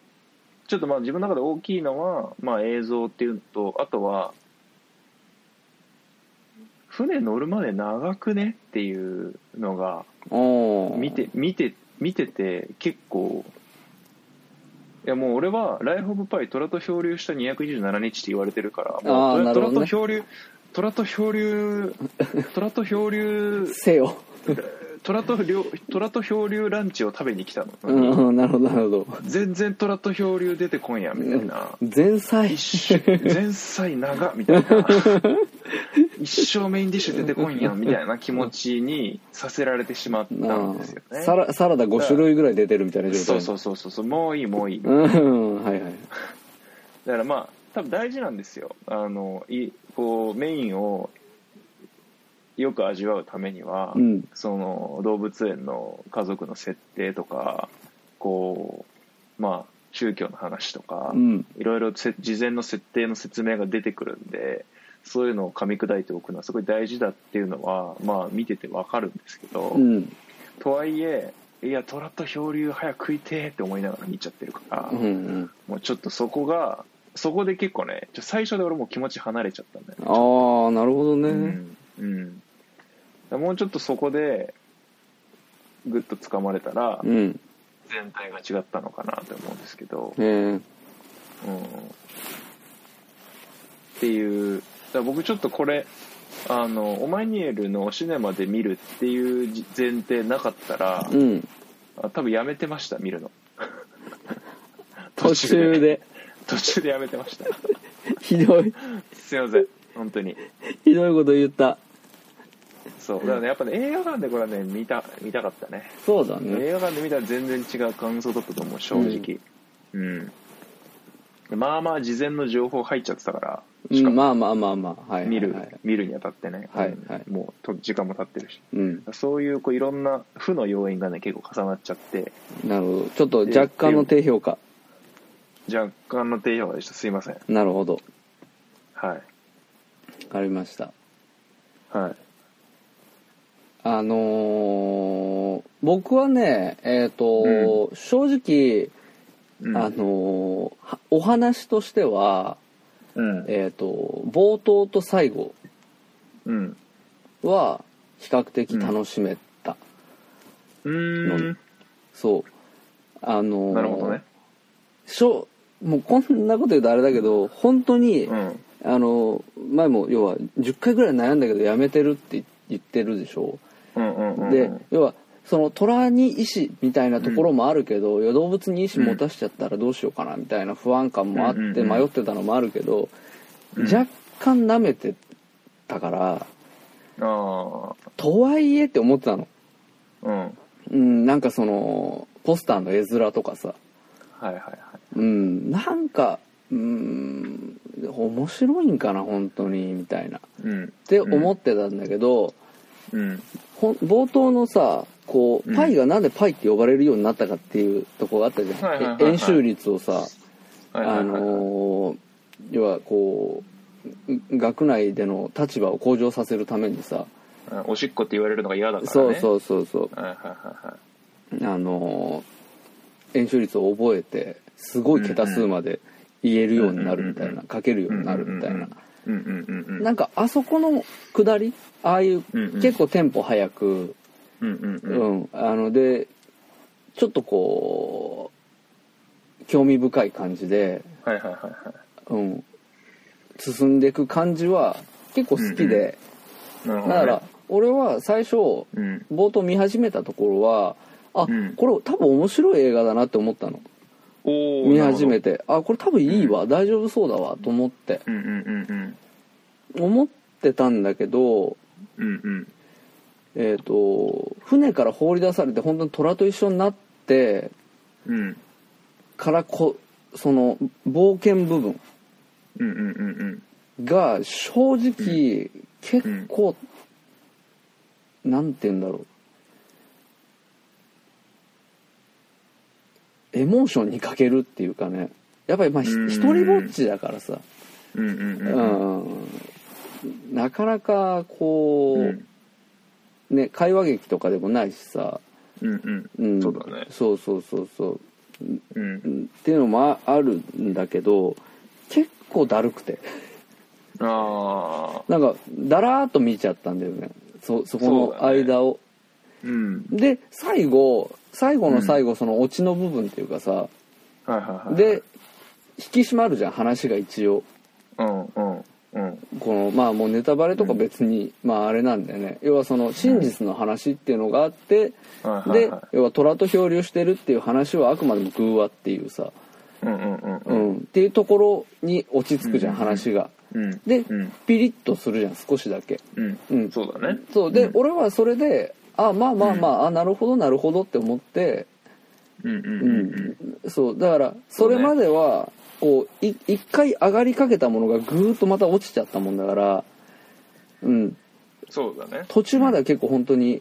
S2: ちょっとまあ自分の中で大きいのは、まあ、映像っていうのとあとは船乗るまで長くねっていうのが
S3: おー
S2: 見て見て見てて結構いやもう俺は「ライフ・オブ・パイ」「虎と漂流した227日」って言われてるからも
S3: あー
S2: う
S3: なる
S2: 虎
S3: ほど
S2: と
S3: ね (laughs)
S2: 漂流虎と漂流虎と漂流
S3: せよ
S2: 虎と両虎と漂流ランチを食べに来たの、
S3: うん、なるほど、なるほど。
S2: 全然虎と漂流出てこんやみたいな、
S3: 前菜
S2: 一生前菜長みたいな
S3: (laughs)
S2: 一生メインディッシュ出てこんやんみたいな気持ちにさせられてしまったんですよ
S3: う
S2: ね
S3: んサラサラダ5種類ぐらい出てるみたいな状
S2: そう
S3: 態
S2: そううそうそうそうもういいもういいだ
S3: うんはいはい
S2: からまあ多分大事なんですよあのいこうメインをよく味わうためには、
S3: うん
S2: その動物園の家族の設定とかこうまあ宗教の話とか、
S3: うん
S2: いろいろせ事前の設定の説明が出てくるんでそういうのを噛み砕いておくのはすごい大事だっていうのはまあ見ててわかるんですけど、
S3: うん
S2: とはいえいや虎と漂流早く食いてーって思いながら見ちゃってるから、
S3: うんうん
S2: もうちょっとそこがそこで結構ねちょ最初で俺もう気持ち離れちゃったんだよね
S3: ああなるほどね、
S2: うん、うん、だからもうちょっとそこでグッと掴まれたら
S3: うん
S2: 全体が違ったのかなと思うんですけど、
S3: ええ
S2: うんっていうだから僕ちょっとこれあのオマニエルのシネマで見るっていうじ前提なかったら、
S3: うん
S2: あ多分やめてました見るの
S3: 途中で
S2: 途中でやめてました
S3: ひどい
S2: すいません本当に
S3: ひどいこと言った
S2: そうだからねやっぱね映画館でこれはね見た見たかったね
S3: そうだね
S2: 映画館で見たら全然違う感想だったと思う正直うん、でまあまあ事前の情報入っちゃってたから
S3: う
S2: しかも
S3: ん、まあまあまあまあはい
S2: 見る、
S3: はいはい
S2: 見るにあたってね、
S3: はい
S2: うん
S3: はい
S2: もうと時間も経ってるし
S3: うん
S2: そういうこういろんな負の要因がね結構重なっちゃって
S3: なるほどちょっと若干の低評価
S2: 若干の低評価でしたすいません
S3: なるほど
S2: はい
S3: わかりました
S2: はい
S3: あのー僕はねえっ、と、正直
S2: うん
S3: あのーはお話としては、
S2: うん
S3: えー、と冒頭と最後
S2: うん
S3: は比較的楽しめた、
S2: うーん
S3: そうあのー
S2: なるほどね
S3: しょもうこんなこと言うとあれだけど本当に、
S2: うん
S3: あのー前も要は10回ぐらい悩んだけどやめてるって言ってるでしょ
S2: うんうんうん
S3: で要はその虎に意志みたいなところもあるけど、いや動物に意志持たせちゃったらどうしようかなみたいな不安感もあっ
S2: うんうん
S3: て
S2: うん
S3: 迷ってたのもあるけど、
S2: うん
S3: 若干舐めてたから
S2: あ
S3: とはいえって思ってたの、
S2: あうんはい
S3: うん、なんかそのポスターの絵面とかさ、
S2: はいはい
S3: うん、なんか、うん、面白いんかな本当にみたいなっ
S2: うん
S3: て思ってたんだけど、
S2: うん
S3: ほん冒頭のさこ
S2: う
S3: うんパイがなんでパイって呼ばれるようになったかっていうとこがあったじゃん、
S2: はいはいはい
S3: え
S2: はい
S3: 円周率をさ、
S2: はいはいはい
S3: あのー要はこう学内での立場を向上させるためにさ、
S2: うんおしっこって言われるのが嫌だからね
S3: そうそうそうそう
S2: はいはいはいはい
S3: あのー円周率を覚えてすごい桁数まで言えるようになるみたい
S2: うんう
S3: なん書けるようになるみたいな
S2: うんうんうんうん
S3: なんかあそこの下りああいう
S2: うんうん
S3: 結構テンポ速く
S2: うんうんうん
S3: うん、あのでちょっとこう興味深い感じで、
S2: はいはいはいは
S3: うん、進んでいく感じは結構好きで、
S2: いなるほど
S3: だ
S2: ね
S3: から俺は最初
S2: うん
S3: 冒頭見始めたところはあ、
S2: うん
S3: これ多分面白い映画だなって思ったの
S2: おー
S3: 見始めてあこれ多分いいわ、大丈夫そうだわと思って
S2: うんうんうん
S3: 思ってたんだけど
S2: うんうんうん
S3: えっ、と船から放り出されて本当に虎と一緒になって
S2: うん
S3: からこその冒険部分
S2: うんうんうん
S3: が正直結構、なんて言うんだろうエモーションに欠けるっていうかねやっぱりまあひ
S2: うん
S3: 一人ぼっちだからさ、
S2: うんうん
S3: う
S2: うんうん
S3: ん、なかなかこ
S2: う
S3: う、
S2: ん
S3: ね会話劇とかでもないしさ、
S2: うん
S3: う、
S2: うんんそうだね
S3: そうそうそうそう
S2: うん
S3: っていうのもああるんだけど結構だるくて
S2: ああ
S3: なんかだらーっと見ちゃったんだよねそそこの間を、
S2: うん
S3: で最後最後の最後そのオチの部分っていうかさ、
S2: はいはいはい
S3: で引き締まるじゃん話が一応
S2: うんうんうん
S3: このまあもうネタバレとか別に、まああれなんだよね要はその真実の話っていうのがあって、
S2: はいはい
S3: で
S2: はい
S3: 要は虎と漂流してるっていう話はあくまでも偶話っていうさ、
S2: うんうんうん
S3: う
S2: うん
S3: ん、っていうところに落ち着くじゃん、
S2: うん
S3: 話が。
S2: うん
S3: で、
S2: うん
S3: ピリッとするじゃん少しだけ。
S2: うん
S3: うん、
S2: そうだね
S3: そうで、
S2: うん
S3: 俺はそれであまあまあまあ,、
S2: う
S3: あなるほどなるほどって思って、
S2: うんうん
S3: うんそうだからそれまではこうい一回上がりかけたものがぐーっとまた落ちちゃったもんだから、うん、
S2: そうだね
S3: 途中までは結構本当に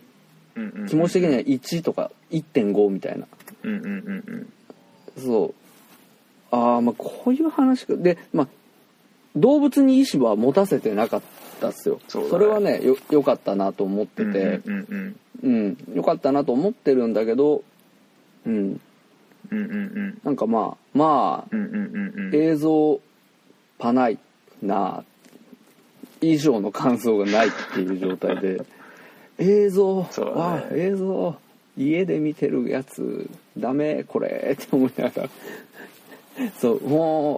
S2: うんうんうん
S3: 気持ち的には1とか1.5みたいな
S2: うんうんうんうん
S3: そうああまあこういう話かでまあ動物に意志は持たせてなかったっすよ
S2: そうだね
S3: れはねよよかったなと思ってて、
S2: うんうん
S3: うん、良かったなと思ってるんだけど、うん、
S2: うんうんうん
S3: なんかまあまあ
S2: うんうんうんうん
S3: 映像パないな以上の感想がないっていう状態で映像
S2: (laughs) そうだ
S3: わ
S2: ね
S3: あ映像家で見てるやつダメこれって思いながら (laughs) そう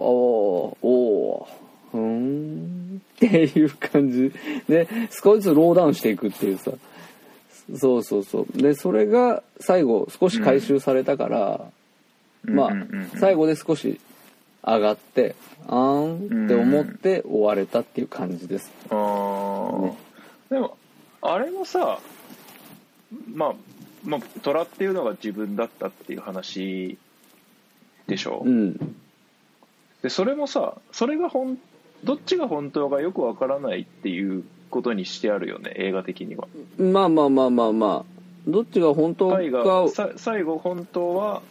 S3: もうおーおーふーんっていう感じで少しずつローダウンしていくっていうさそうそうそうでそれが最後少し回収されたから、まあ、
S2: うんうんうん
S3: 最後で少し上がってあーんって思って終われたっていう感じです、
S2: あー
S3: ね
S2: でもあれもさまあまあ虎っていうのが自分だったっていう話でしょ、
S3: うん、
S2: でそれもさそれがほんどっちが本当かよくわからないっていうことにしてあるよね映画的には
S3: まあまあまあまあまあどっちが本当か
S2: タイがさ最後本当は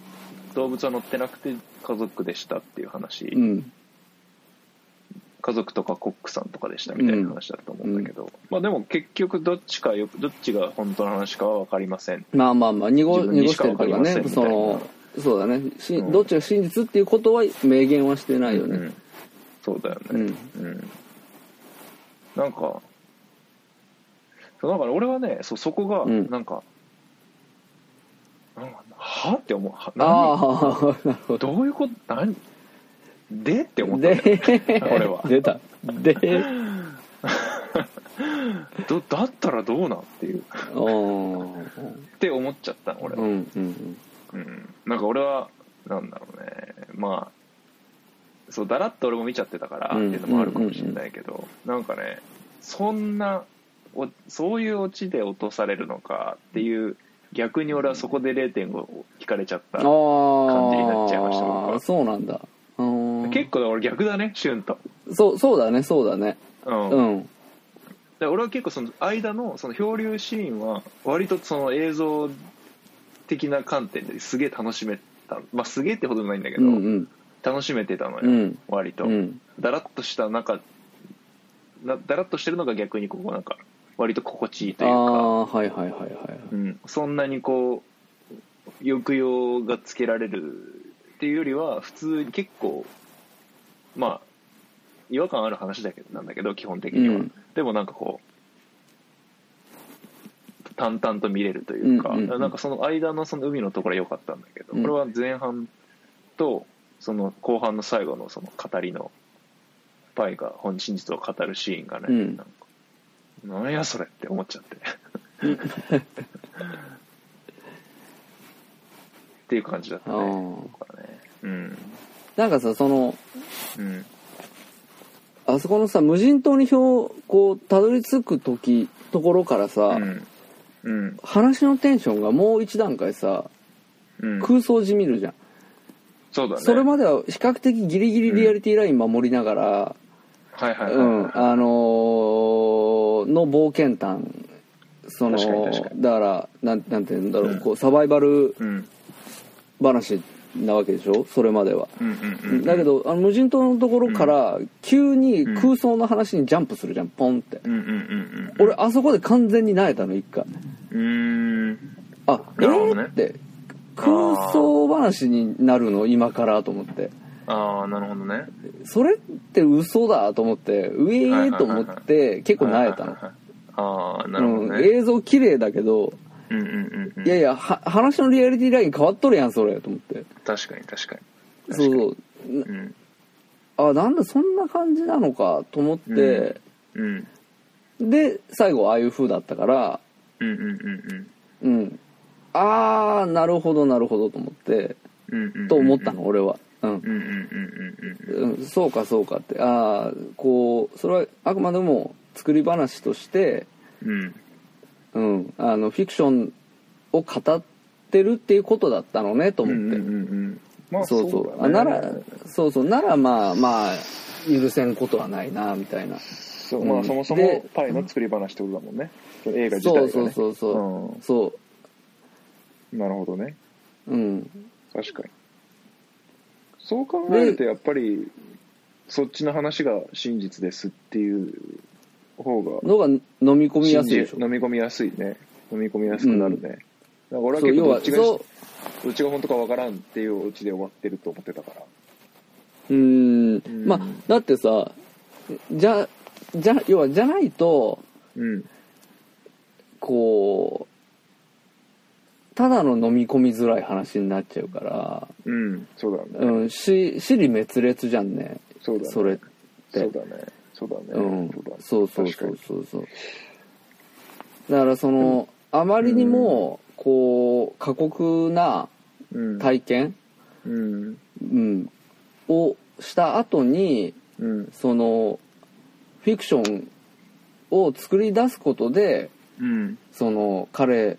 S2: 動物は乗ってなくて家族でしたっていう話、
S3: うん
S2: 家族とかコックさんとかでしたみたいな話だと思うんだけど、まあでも結局どっちかよくどっちが本当の話かは分かりません
S3: まあまあまあ濁
S2: 自分
S3: 濁
S2: に
S3: し
S2: してか
S3: るというかね
S2: わかりません
S3: そ
S2: みたいな
S3: のそうだねし、
S2: うん
S3: どっちが真実っていうことは明言はしてないよ
S2: う
S3: ね
S2: ん、そうだよ
S3: うん、
S2: ねうん、なんかそうだから俺はねそうそこが
S3: うん
S2: なんか、なんかはって思うは
S3: あ
S2: 何
S3: あなるほど
S2: どういうこと何でって思ったんだよ
S3: で
S2: 俺は
S3: 出たで
S2: どだったらどうなんっていうっ
S3: おー
S2: て思っちゃったの俺
S3: う
S2: は、
S3: んうん
S2: うん、なんか俺はなんだろうねまあそうだらっと俺も見ちゃってたからって
S3: うん
S2: いうのもあるかもしれないけど、なんかねそんなおそういうオチで落とされるのかっていう逆に俺はそこで0.5を引かれちゃっ
S3: あ
S2: た
S3: あ
S2: 結感じになっちゃいました僕は
S3: そうなんだうん
S2: 構俺逆だねシュンと、
S3: そうそうだねそうだね
S2: うん
S3: うん
S2: で俺は結構その間のその漂流シーンは割とその映像的な観点ですげえ楽しめたまあすげえってほどじゃないんだけ
S3: う
S2: ど、
S3: んうん
S2: 楽しめてたのよ、
S3: うん
S2: 割と、
S3: うん
S2: だらっとした中なだらっとしてるのが逆にここなんか割と心地いいと
S3: あ
S2: いうか、
S3: あはいはいはいはい
S2: うん、そんなにこう抑揚がつけられるっていうよりは普通に結構まあ違和感ある話だけどなんだけど基本的には、
S3: うん
S2: でもなんかこう淡々と見れるというか、
S3: うんうんうん
S2: なんかその間のその海のところは良かったんだけど、
S3: うん
S2: これは前半とその後半の最後のその語りのパイが本真実を語るシーンがね、
S3: うん
S2: なんかなんやそれって思っちゃ
S3: (laughs)
S2: って。っていう感じだった
S3: あ
S2: ね。
S3: ー
S2: 僕はねうん。
S3: なんかさその
S2: うん。
S3: あそこのさ無人島に表こうたどり着く時ところからさ、
S2: うん。うん。
S3: 話のテンションがもう一段階さ
S2: うん。
S3: 空想じみるじゃん、
S2: そうだね。
S3: それまでは比較的ギリギリリアリティライン守りながら、
S2: はいは
S3: う
S2: い
S3: ん
S2: はい。
S3: あのーの冒険探その
S2: 確かに確かに
S3: だからなんなんて言うんだろう,、
S2: うん
S3: こうサバイバル
S2: うん。
S3: 話なわけでしょそれまでは、
S2: うんうんうん。
S3: だけどあの無人島のところから急に
S2: うん
S3: 空想の話にジャンプするじゃんポンって、
S2: うんうんうん
S3: 俺あそこで完全に萎えたの一
S2: う
S3: 回
S2: ん。うーん。
S3: あえ
S2: なるほどね
S3: ーって空想話になるの今からと思って
S2: ああ、なるほどね。
S3: それって嘘だと思ってうえーと思
S2: はいはい
S3: っ
S2: は
S3: て結構萎えたの
S2: はいはいはいああ、なるほど
S3: うん
S2: ね。
S3: 映像綺麗だけど
S2: うんうんうんうん。
S3: いやいやは話のリアリティライン変わっとるやんそれと思って
S2: 確かに確かに。
S3: そう
S2: 確か
S3: そ
S2: に
S3: うな
S2: うん。
S3: あなんだそんな感じなのかと思って、
S2: うん
S3: で最後ああいう風だったから
S2: うんうんうん
S3: うんああなるほどなるほどと思って
S2: うんうんうん
S3: と思ったの、俺はうん
S2: うんうんうんうんうん
S3: うん、そうかそうかってああこうそれはあくまでも作り話として、
S2: うん
S3: うん、あのフィクションを語ってるっていうことだったのねと
S2: う
S3: 思っ
S2: ん
S3: て、
S2: うんうんうんまあ
S3: そうそう
S2: だね
S3: あならそうそうならまあまあ許せんことはないなみたいな
S2: そうま
S3: う
S2: あ
S3: ん
S2: そもそ
S3: で
S2: もパイの作り話ってことだもんねその映画自体が
S3: そ
S2: ね
S3: うそうそうそう、
S2: うん
S3: そ
S2: なるほどね
S3: ううん
S2: 確かにそう考えるとやっぱりそっちの話が真実ですっていう方が
S3: のが飲み込みやすいでしょ
S2: 飲み込みやすいね飲み込みやすくなるね、だから俺は
S3: そう
S2: 結
S3: 要
S2: 構ど
S3: は
S2: っちが
S3: そ
S2: どっちが本当かわからんっていうオチで終わってると思ってたから
S3: ううん
S2: ん
S3: まあだってさじゃじゃ要はじゃないと
S2: うん
S3: こうただの飲み込みづらい話になっちゃうから、
S2: うんそうだね、
S3: うん、し支離滅裂じゃんね
S2: そうだね
S3: それって
S2: そうだねそうだね、
S3: うん
S2: そうだね
S3: そうそう
S2: 確か
S3: そ
S2: に
S3: うそうそうだからそのあまりにもこう過酷な
S2: うん
S3: 体験、
S2: うん
S3: うん、をした後に
S2: うん
S3: そのフィクションを作り出すことで
S2: うん
S3: その彼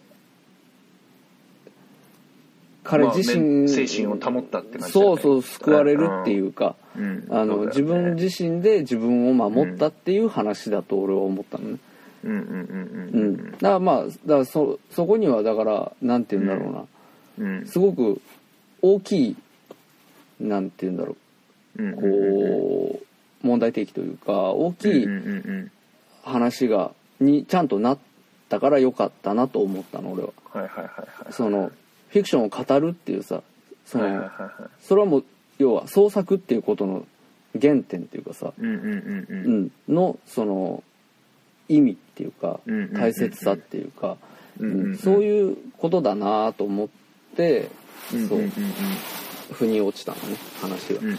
S3: 彼自身、
S2: まあ精神を保ったって感じだ
S3: そ
S2: よ
S3: う
S2: ね
S3: そう救われるっていうか、
S2: うんそ
S3: あの
S2: うだよね
S3: 自分自身で自分を守ったっていう話だと俺は思ったのね、
S2: うんうんうん
S3: う
S2: うんん
S3: だからまあだからそそこにはだからなんて言うんだろう
S2: う
S3: な、
S2: ん
S3: すごく大きいなんて言うんだろう
S2: うん
S3: こう、問題提起というか大きい
S2: うんうんうん
S3: 話がにちゃんとなったから良かったなと思ったの俺は。
S2: はいはいはいはい
S3: そのフィクションを語るっていうさその、
S2: はいはいはいは
S3: それはもう要は創作っていうことの原点っていうかさ、
S2: いうんうんうん
S3: う
S2: うん
S3: ん、のその意味っていうか
S2: うんうんうんうん
S3: 大切さっていうか、
S2: うんうんうん
S3: うんそういうことだなと思って、
S2: うん
S3: そううん
S2: うん
S3: 腑に落ちたのね話が、
S2: うんうん
S3: う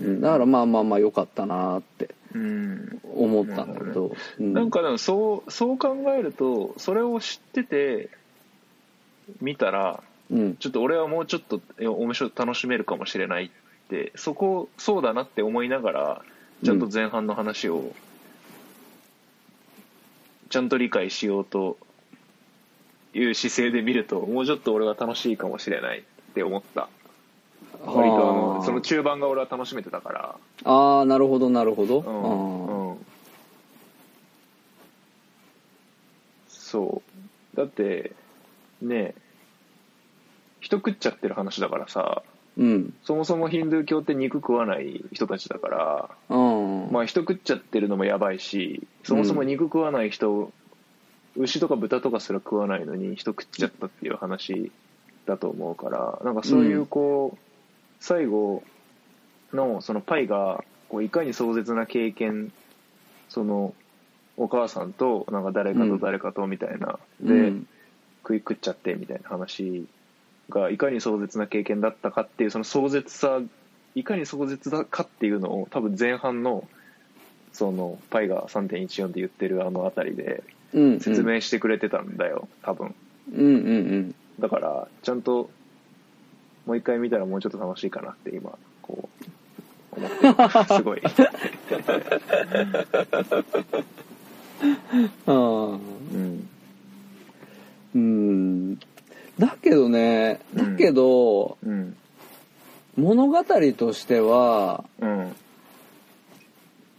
S2: うんうん
S3: んだからまあまあまあ良かったなって
S2: うん
S3: 思ったんだけど、うん
S2: なんかでもそうそう考えるとそれを知ってて見たら
S3: うん
S2: ちょっと俺はもうちょっとえ面白い楽しめるかもしれないってそこそうだなって思いながらちゃんと前半の話をちゃんと理解しようという姿勢で見るともうちょっと俺は楽しいかもしれないって思った割とあ
S3: あ
S2: の
S3: ー
S2: その中盤が俺は楽しめてたから
S3: あーなるほどなるほど、
S2: う
S3: あ
S2: ん
S3: ー
S2: うんそうだってねえ人食っちゃってる話だからさ
S3: うん
S2: そもそもヒンドゥー教って肉食わない人たちだから、
S3: うん
S2: まあ、人食っちゃってるのもやばいしそもそも肉食わない人、牛とか豚とかすら食わないのに人食っちゃったっていう話だと思うからなんかそうい
S3: うん
S2: うこう、最後のそのパイがこういかに壮絶な経験そのお母さんとなんか誰かと誰かとみたいな、
S3: う
S2: で
S3: ん
S2: 食い食っちゃってみたいな話がいかに壮絶な経験だったかっていうその壮絶さいかに壮絶だかっていうのを多分前半のそのパイが3.14で言ってるあの辺りで
S3: うんうん
S2: 説明してくれてたんだよ多分
S3: うんうんうん
S2: だからちゃんともう一回見たらもうちょっと楽しいかなって今こう思ってるすごいう
S3: ああ
S2: ん
S3: うんだけどねだけど、
S2: うん
S3: 物語としては
S2: うん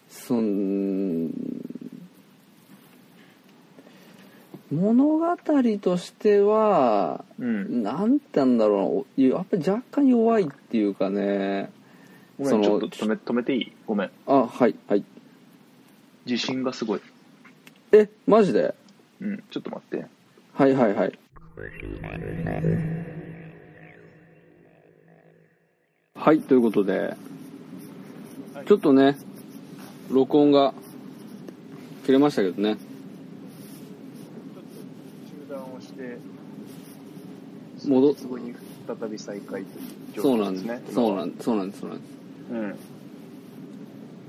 S3: その物語としては
S2: うん
S3: なんてなんだろうなおやっぱり若干弱いっていうかね
S2: ごめ
S3: そ
S2: ん
S3: の
S2: ちょっと止め止めていいごめん
S3: あはいはい
S2: 地震がすごい
S3: えマジで
S2: うんちょっと待って
S3: はいはいはいはいということでちょっとね録音が切れましたけどね
S2: 中断をして
S3: 戻っ
S2: そこに再び再開という
S3: そう
S2: 状
S3: な
S2: 況
S3: ん
S2: ですね
S3: そうなんそうなんですそうなんです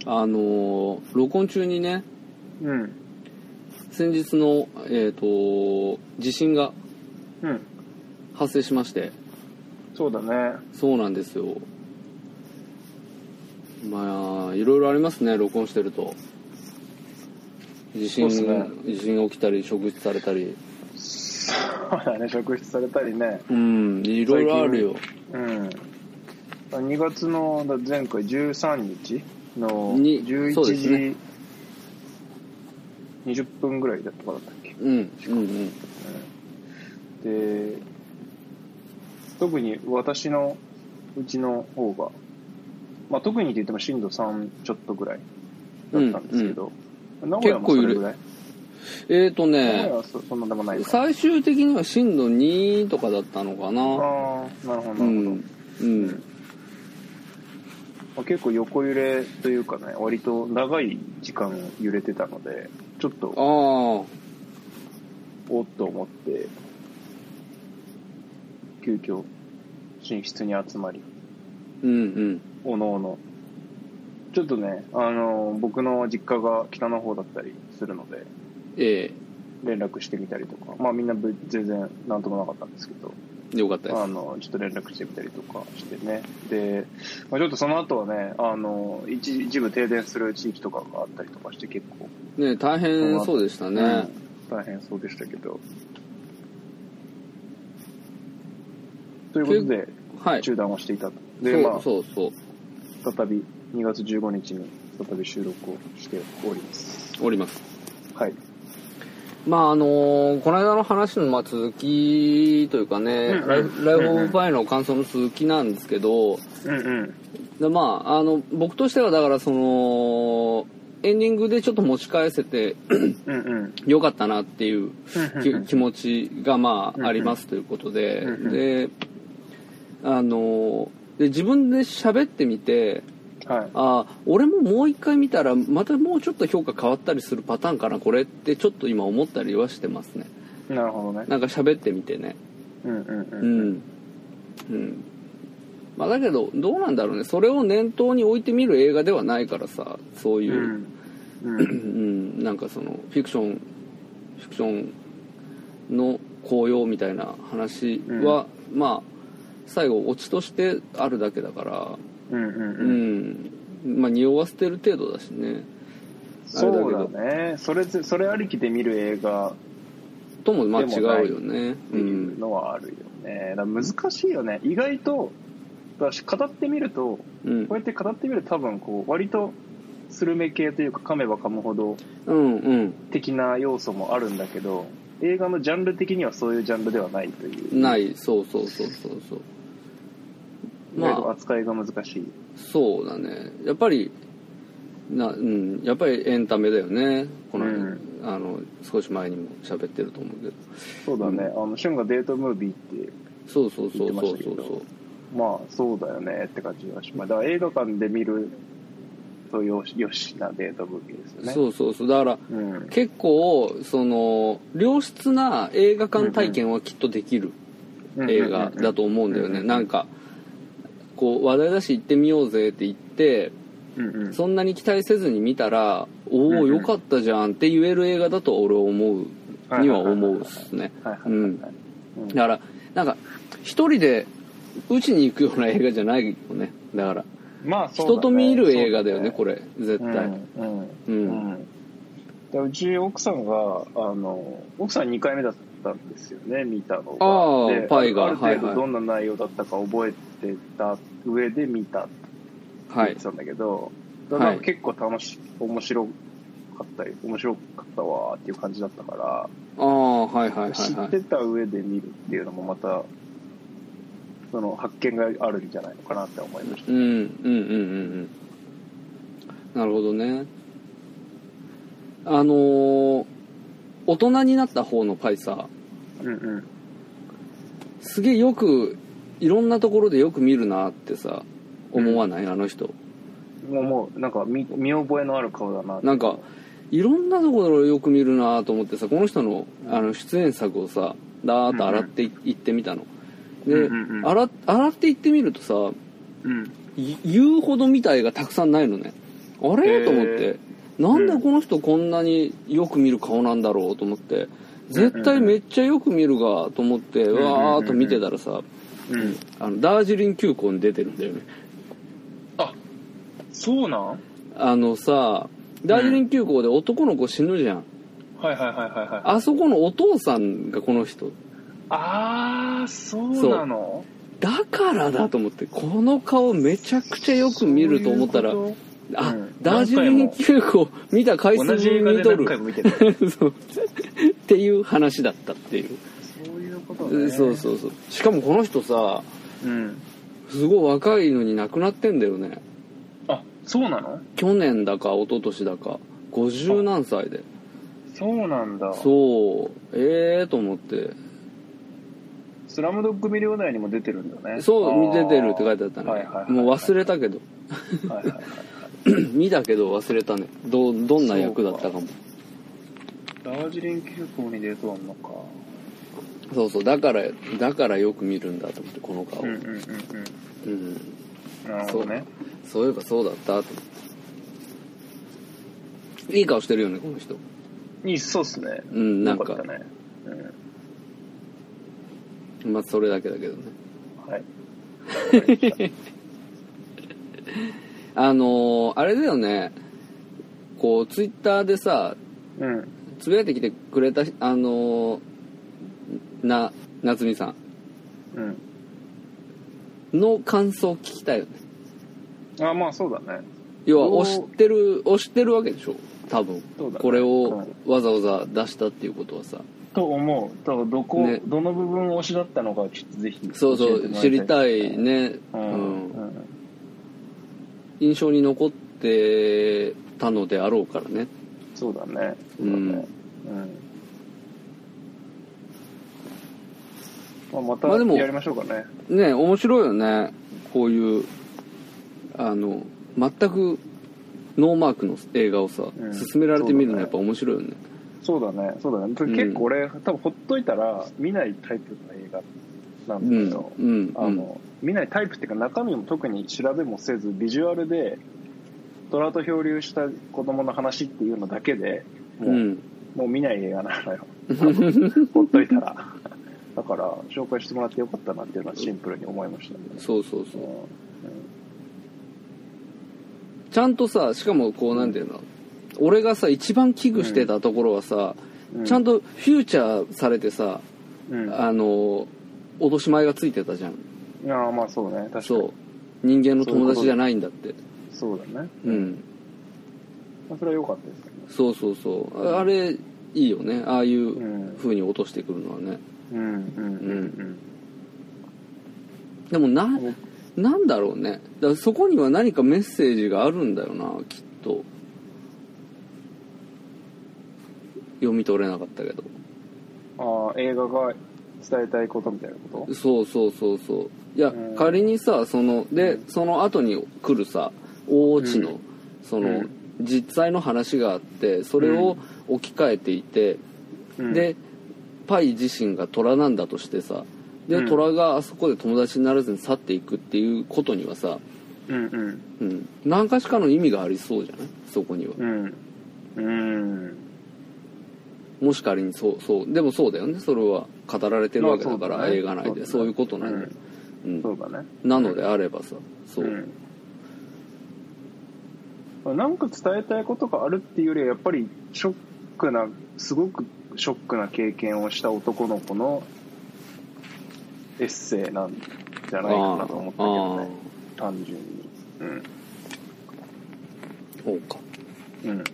S2: うん
S3: あのー録音中にね
S2: うん
S3: 先日の、えー、と地震が
S2: うん
S3: 発生しまして
S2: そうだね
S3: そうなんですよまあいろいろありますね録音してると地震
S2: そうっすね
S3: 地震が起きたり食事されたり
S2: そうだね職質されたりね
S3: うんいろいろあるよ
S2: うん2月のだ前回13日の
S3: に
S2: 11
S3: そうです
S2: 時
S3: ね
S2: 20分ぐらいだったかだったっけ
S3: うんうんうん
S2: で特に私のうちの方が、まあ、特にって言っても震度3ちょっとぐらいだったんですけど、名古屋もそれぐらい
S3: えっ、ー、と
S2: 名古
S3: ね
S2: 屋はそそんなでもないか
S3: 最終的には震度2とかだったのか
S2: ああ
S3: な
S2: ーなるほどなるほ
S3: う
S2: ど、ま
S3: んうん
S2: あ、結構横揺れというかね割と長い時間揺れてたのでちょっと
S3: ああ
S2: おっと思って急遽寝室に集まり
S3: うん
S2: おのおのちょっとねあの僕の実家が北の方だったりするので
S3: うんえ
S2: 連絡してみたりとかまあみんなぶ全然なんともなかったんですけど
S3: えよかったです
S2: あのちょっと連絡してみたりとかしてねで、まあ、ちょっとその後はねあの一一部停電する地域とかがあったりとかして結構、
S3: ね大変そうでしたね、
S2: うん大変そうでしたけどということで
S3: はい
S2: 中断をしていたとでま
S3: そ
S2: あ
S3: うそうそう
S2: 再び2月15日に再び収録をしております
S3: おります
S2: はい
S3: まああのーこの間の話のまあ続きというかね、
S2: うんうん
S3: ライフライフ・オブ・パイの感想の続きなんですけど、
S2: うんうん
S3: でまああの僕としてはだからそのエンディングでちょっと持ち返せて
S2: うんうん
S3: よかったなっていうき
S2: うん
S3: 気持ちがま
S2: うん
S3: あありますということで、
S2: うんうん
S3: であので自分で喋ってみて
S2: はい
S3: あ俺ももう一回見たらまたもうちょっと評価変わったりするパターンかなこれってちょっと今思ったりはしてますね
S2: なるほどね
S3: なんか喋ってみてね
S2: うんうんう
S3: うんんうんまあだけどどうなんだろうねそれを念頭に置いてみる映画ではないからさそういう、
S2: うんう
S3: うんん、なんかそのフィクションフィクションの紅葉みたいな話は、まあ最後オチとしてあるだけだから
S2: うんうん
S3: う
S2: うん
S3: ん、まあ匂わせてる程度だしね
S2: そうだねそれぜそれありきで見る映画っ
S3: ともまあ
S2: でも
S3: 違
S2: ないう
S3: よね
S2: ていうのはあるよねだから難しいよね意外と私語ってみると
S3: うん
S2: こうやって語ってみると多分こう割とスルメ系というか噛めば噛むほど
S3: うんうん
S2: 的な要素もあるんだけど映画のジャンル的にはそういうジャンルではないという
S3: ないそうそうそうそうそう
S2: 意外と扱いが難しい、
S3: そうだねやっぱりな、うん、やっぱりエンタメだよねこの,、
S2: うん
S3: あの少し前にも喋ってると思うけど
S2: そうだね、あの旬がデートムービーって
S3: そうそうそう
S2: 言っ
S3: そ
S2: てました
S3: う
S2: け
S3: そ
S2: ど
S3: うそう
S2: まあそうだよねって感じがしますだから映画館で見るとよしよしなデートムービーですよね
S3: そうそうそうだから
S2: うん
S3: 結構その良質な映画館体験はきっとできる映画だと思うんだよ
S2: うんうん
S3: ね
S2: うん
S3: なんかこう話題だし行ってみようぜって言って
S2: うんうん
S3: そんなに期待せずに見たらおお
S2: うんうん
S3: よかったじゃんって言える映画だと俺は思うには思うっすね
S2: はいはいはいはい
S3: うん
S2: うん
S3: だからなんか一人でうちに行くような映画じゃないよねだから
S2: まあそうだね
S3: 人と見る映画だよね
S2: そう
S3: これ絶
S2: うん
S3: 対
S2: うん
S3: うん
S2: でうち奥さんがあの奥さん2回目だったんですよね見たのが
S3: ああ
S2: で
S3: パイが
S2: ある
S3: は
S2: 程
S3: いは
S2: 度
S3: い
S2: どんな内容だったか覚えてた上で見たって言
S3: は
S2: っ
S3: い
S2: てたんだけど、
S3: はい
S2: なんか結構楽し面白かったり面白かったわーっていう感じだったから、
S3: ああはいはいはい
S2: 知
S3: は
S2: っ
S3: い
S2: てた上で見るっていうのもまたその発見があるんじゃないのかなって思いました
S3: うんうんうんうんうんなるほどねあのー大人になった方のパイさ
S2: うんうん
S3: すげえよくいろんなところでよく見るなってさ思わない、あの人
S2: もうもうなんか見見覚えのある顔だな
S3: なんかいろんなところよく見るなと思ってさこの人のあの出演作をさだーっと洗っていいってみたの、で、
S2: うんうんうん
S3: 洗洗っていってみるとさ
S2: うん
S3: い言うほど見た絵がたくさんないのねあれ、
S2: へー
S3: と思ってなんでこの人こんなによく見る顔なんだろうと思って絶対めっちゃよく見るがと思って
S2: んうん
S3: わーっと見てたらさ
S2: うん。
S3: あのダージリン急行に出てるんだよね
S2: あ、そうなんはい
S3: あのさダージリン急行で男の子死ぬじゃん
S2: はいはいはいはい。
S3: あそこのお父さんがこの人
S2: あー、そうなの
S3: だからだと思ってこの顔めちゃくちゃよく見ると思ったら
S2: そういうこ
S3: あ、
S2: うん
S3: ダージリン急行見た回
S2: と
S3: 数
S2: 同じ映画で
S3: 見と
S2: 何
S3: る
S2: 回も見てる。
S3: そうっていう話だったっていう、
S2: そういうことね。
S3: (laughs) そうそうそうしかもこの人さ
S2: う。うん。
S3: すごい若いのに亡くなってんだよね
S2: あ、そうなの
S3: 去年だか一昨年だか50何歳で
S2: そうなんだ。
S3: そうええー、と思って
S2: スラムドッグミリオネアにも出てるんだね。
S3: そう見ててるって書いてあったね、
S2: はいはいはいはい
S3: もう忘れたけど
S2: てはいはいはい。
S3: (clears throat) 見たけど忘れたねどうどんな役だったかも
S2: ダージリン急行に出とあんのか。
S3: そうそうだからだからよく見るんだと思ってこの顔、
S2: うんうんうんうん。
S3: うん
S2: なるほどね。
S3: そういえばそうだったと思っていい顔してるよねこの人
S2: いい、そうっすね。
S3: うんなんか
S2: よったね。う
S3: まあそれだけだけどね
S2: ん。はい。
S3: あのーあれだよねこうツイッターでさ
S2: うん。
S3: つぶやいてきてくれたあのーな夏美さ
S2: うん。
S3: んの感想聞きたいよね
S2: あまあそうだね
S3: 要は
S2: お
S3: 押してる押してるわけでしょ多分
S2: そうだね
S3: これをわざわざ出したっていうことはさ
S2: と思う多分どこ、
S3: ね
S2: どの部分推しだったのかちょっとぜひ
S3: そうそう知り
S2: い
S3: たいね
S2: うん、
S3: うん
S2: うん
S3: 印象に残ってたのであろうからね
S2: そうだねそうだねうんまあ、また
S3: まあでも
S2: やりましょうかね、
S3: ね面白いよねこういうあの全くノーマークの映画をさ、
S2: うん
S3: 勧められてみる
S2: そうだ
S3: の
S2: ね
S3: やっぱ面白いよね
S2: そうだねそうだね
S3: ん
S2: 結構俺、多分ほっといたら見ないタイプの映画なんだけど、
S3: うんうん
S2: あの見ないタイプっていうか中身も特に調べもせずビジュアルで虎と漂流した子供の話っていうのだけでも
S3: う
S2: うんもう見ない映画なのよ。 (laughs) ほっといたら。だから、紹介してもらってよかったなっていうのはシンプルに思いましたね。
S3: そうそうそう
S2: う
S3: ちゃんとさしかもこうなんていうの、俺がさ一番危惧してたところはさ、
S2: ん
S3: ちゃん、とフューチャーされてさ、
S2: うん、あ
S3: あの落とし前がついてたじゃん
S2: あ、まあそうね。確かに。
S3: そ
S2: そう
S3: 人間の友達じゃないんだって
S2: うだね。
S3: うん
S2: まあ、それは良かったですね。
S3: そうそうそうああれいいよねああいう
S2: うん。
S3: 風に落としてくるのはね
S2: うん。うん。うん。
S3: でもな
S2: うん
S3: なんだろうねだからそこには何かメッセージがあるんだよなきっと読み取れなかったけど
S2: ああ、映画が伝えたいことみたいなこと
S3: そうそうそうそういや
S2: うん
S3: 仮にさそので
S2: う
S3: その後に来るさ大内
S2: う
S3: のそうの
S2: ん
S3: 実際の話があってそれを置き換えていて
S2: うん、
S3: でパイ自身が虎なんだとしてさで
S2: うん
S3: 虎があそこで友達にならずに去っていくっていうことにはさ、
S2: うんうん。
S3: うん、何かしかの意味がありそうじゃないそこには
S2: うん。うん。
S3: もし仮にそうそうでもそうだよねそれは語られてるわけだから、
S2: まあそうだね
S3: 映画内で
S2: そうだね
S3: そういうことなんだよ、うん
S2: そうだね。
S3: なのであればさそう、
S2: うん、なんか伝えたいことがあるっていうよりはやっぱりショックなすごくショックな経験をした男の子のエッセイなんじゃないかなと思ったけどね単純に
S3: あーそうか
S2: うんうん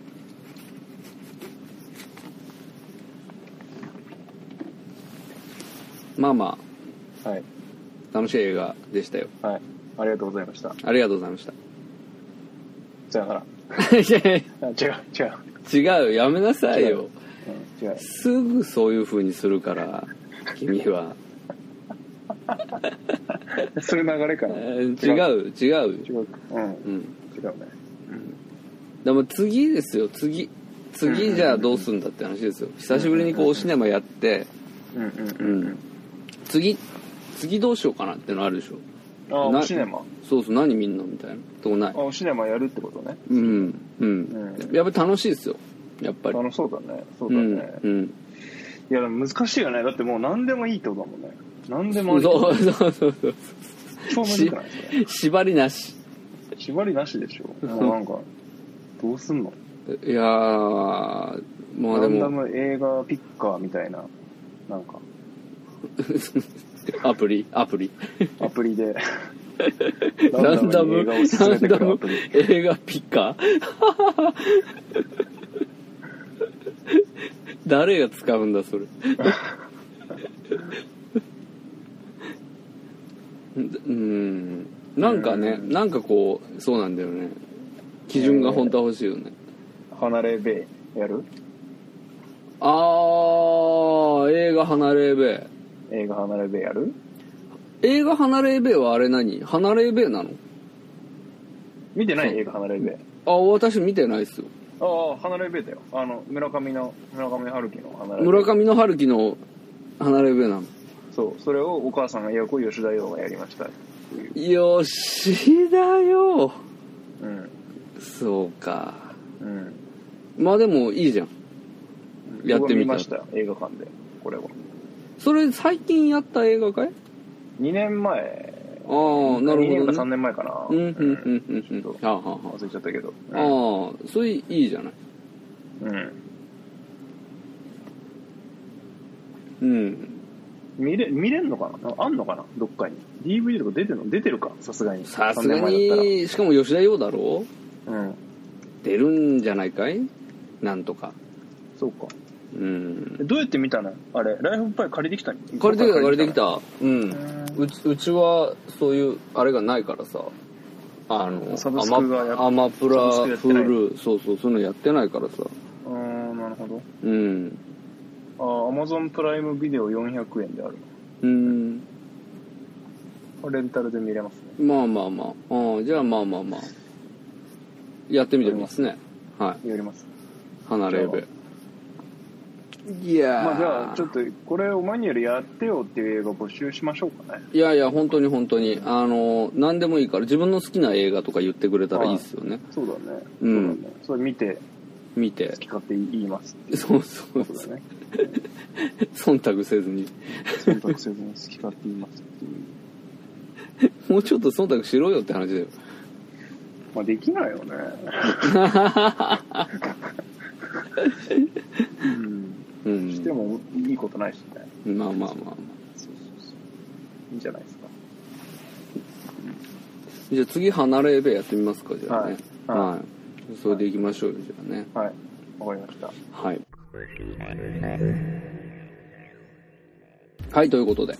S3: まあま
S2: はい
S3: あ楽しい映画でしたよ
S2: はいありがとうございました
S3: ありがとうございました
S2: さよなら
S3: いやい
S2: あ違う違う、
S3: や (laughs) 違うやめなさいよ
S2: うん、違う
S3: すぐそういう風にするから君 (laughs) は
S2: そういう流れか
S3: え
S2: なう
S3: ー違う違う
S2: 違ううん違
S3: うん
S2: うね
S3: でも次ですよ次次じゃあどうすんだって話ですよ久しぶりにこうシネマやって
S2: うんうんうんうん
S3: 次次どうしようかなってのあるでしょ
S2: あ
S3: な
S2: おシネマ
S3: そうそう何見んのみたいなとこない
S2: あおシネマやるってことね
S3: うんうん
S2: うん
S3: やっぱり楽しいですよやっぱり
S2: あのそうだねそう
S3: う
S2: だね、
S3: んうん
S2: いやでも難しいよねだってもう何でもいいってことだもんね何でも
S3: そ
S2: あ
S3: う
S2: り
S3: そうそうそう
S2: 超むずくないですか
S3: (laughs) 縛りなし
S2: 縛りなしでしょもうなんかどうすんの
S3: いやーまあ
S2: ラ
S3: で
S2: ンダ
S3: も
S2: ム映画ピッカーみたいななんか
S3: (laughs) アプリアプリ
S2: アプリで
S3: (laughs) ランダ
S2: に
S3: ム
S2: 映画
S3: ラ
S2: を進め
S3: ン
S2: て
S3: ダ
S2: くるア
S3: ム
S2: プリ
S3: 映画ピッカー (laughs) 誰が使うんだそれ (laughs) うんなんかね
S2: うん
S3: なんかこうそうなんだよね基準が本当は欲しいよね
S2: 離れべやる
S3: あー映画「離れべ
S2: 映画離れべやる」
S3: 映画「離れべ」はあれ何離れべなの
S2: 見てない映画離れべ
S3: あ私見てないっすよ
S2: ああ離れべだよあの村上の村上春樹の離れべ
S3: 村上の春樹の「離れべ」なの
S2: そうそれをお母さんが役を吉田洋がやりましたっていう
S3: 吉田よ
S2: うん
S3: そうか
S2: うん
S3: まあでもいいじゃんやって
S2: 僕は
S3: みた
S2: 見ましたよ映画館でこれは
S3: それ最近やった映画かい
S2: 2年前
S3: ああなる
S2: 2年
S3: ほ
S2: か3
S3: どね
S2: 年前かな
S3: うんうんうんうん
S2: ち
S3: う
S2: ょっ
S3: ん
S2: と
S3: ああはあは
S2: 忘れちゃったけど
S3: あああそれいいじゃない
S2: うん
S3: うん
S2: 見れ見れんのかなあんのかなどっかに DVD とか出てるの出てるかさすがに
S3: さすが
S2: 3年前だっ
S3: にしかも吉田洋だろ
S2: たらうん
S3: 出るんじゃないかいなんとか
S2: そうか
S3: うん
S2: どうやって見たのあれライフパイ借りてきたの
S3: 借りてきた借りてき
S2: の
S3: たうんうちうちはそういうあれがないからさあの
S2: サブスクがやっ
S3: アマプラ
S2: サブスクやってない
S3: Hulu そうそうそういうのやってないからさ
S2: うーんなるほど
S3: うん
S2: あアマゾンプライムビデオ400円である
S3: うん
S2: レンタルで見れますね
S3: まあまあまあうんじゃあまあまあまあやってみてみますねはい
S2: やります
S3: 離れ部いやー
S2: まあじゃあちょっとこれお前によりやってよっていう映画募集しましょうかね
S3: いやいや本当に本当にあの何でもいいから自分の好きな映画とか言ってくれたらいいっすよね
S2: そうだね
S3: うん
S2: そうだねそれ見て
S3: 見
S2: 好
S3: て
S2: き勝手言いますっていう
S3: そうそう
S2: ことだね
S3: 忖度せずに
S2: 選択せずに好き勝手言いますっていう
S3: もうちょっと忖度しろよって話だよ
S2: まあできないよねうん
S3: うん
S2: してもいいことないしね
S3: まあまあまあまあ
S2: そうそうそういいんじゃないですか
S3: じゃあ次離れ部やってみますかじゃあね
S2: はいはい
S3: いそれでいきましょうよじゃあね
S2: はいわかりました
S3: はいはいということで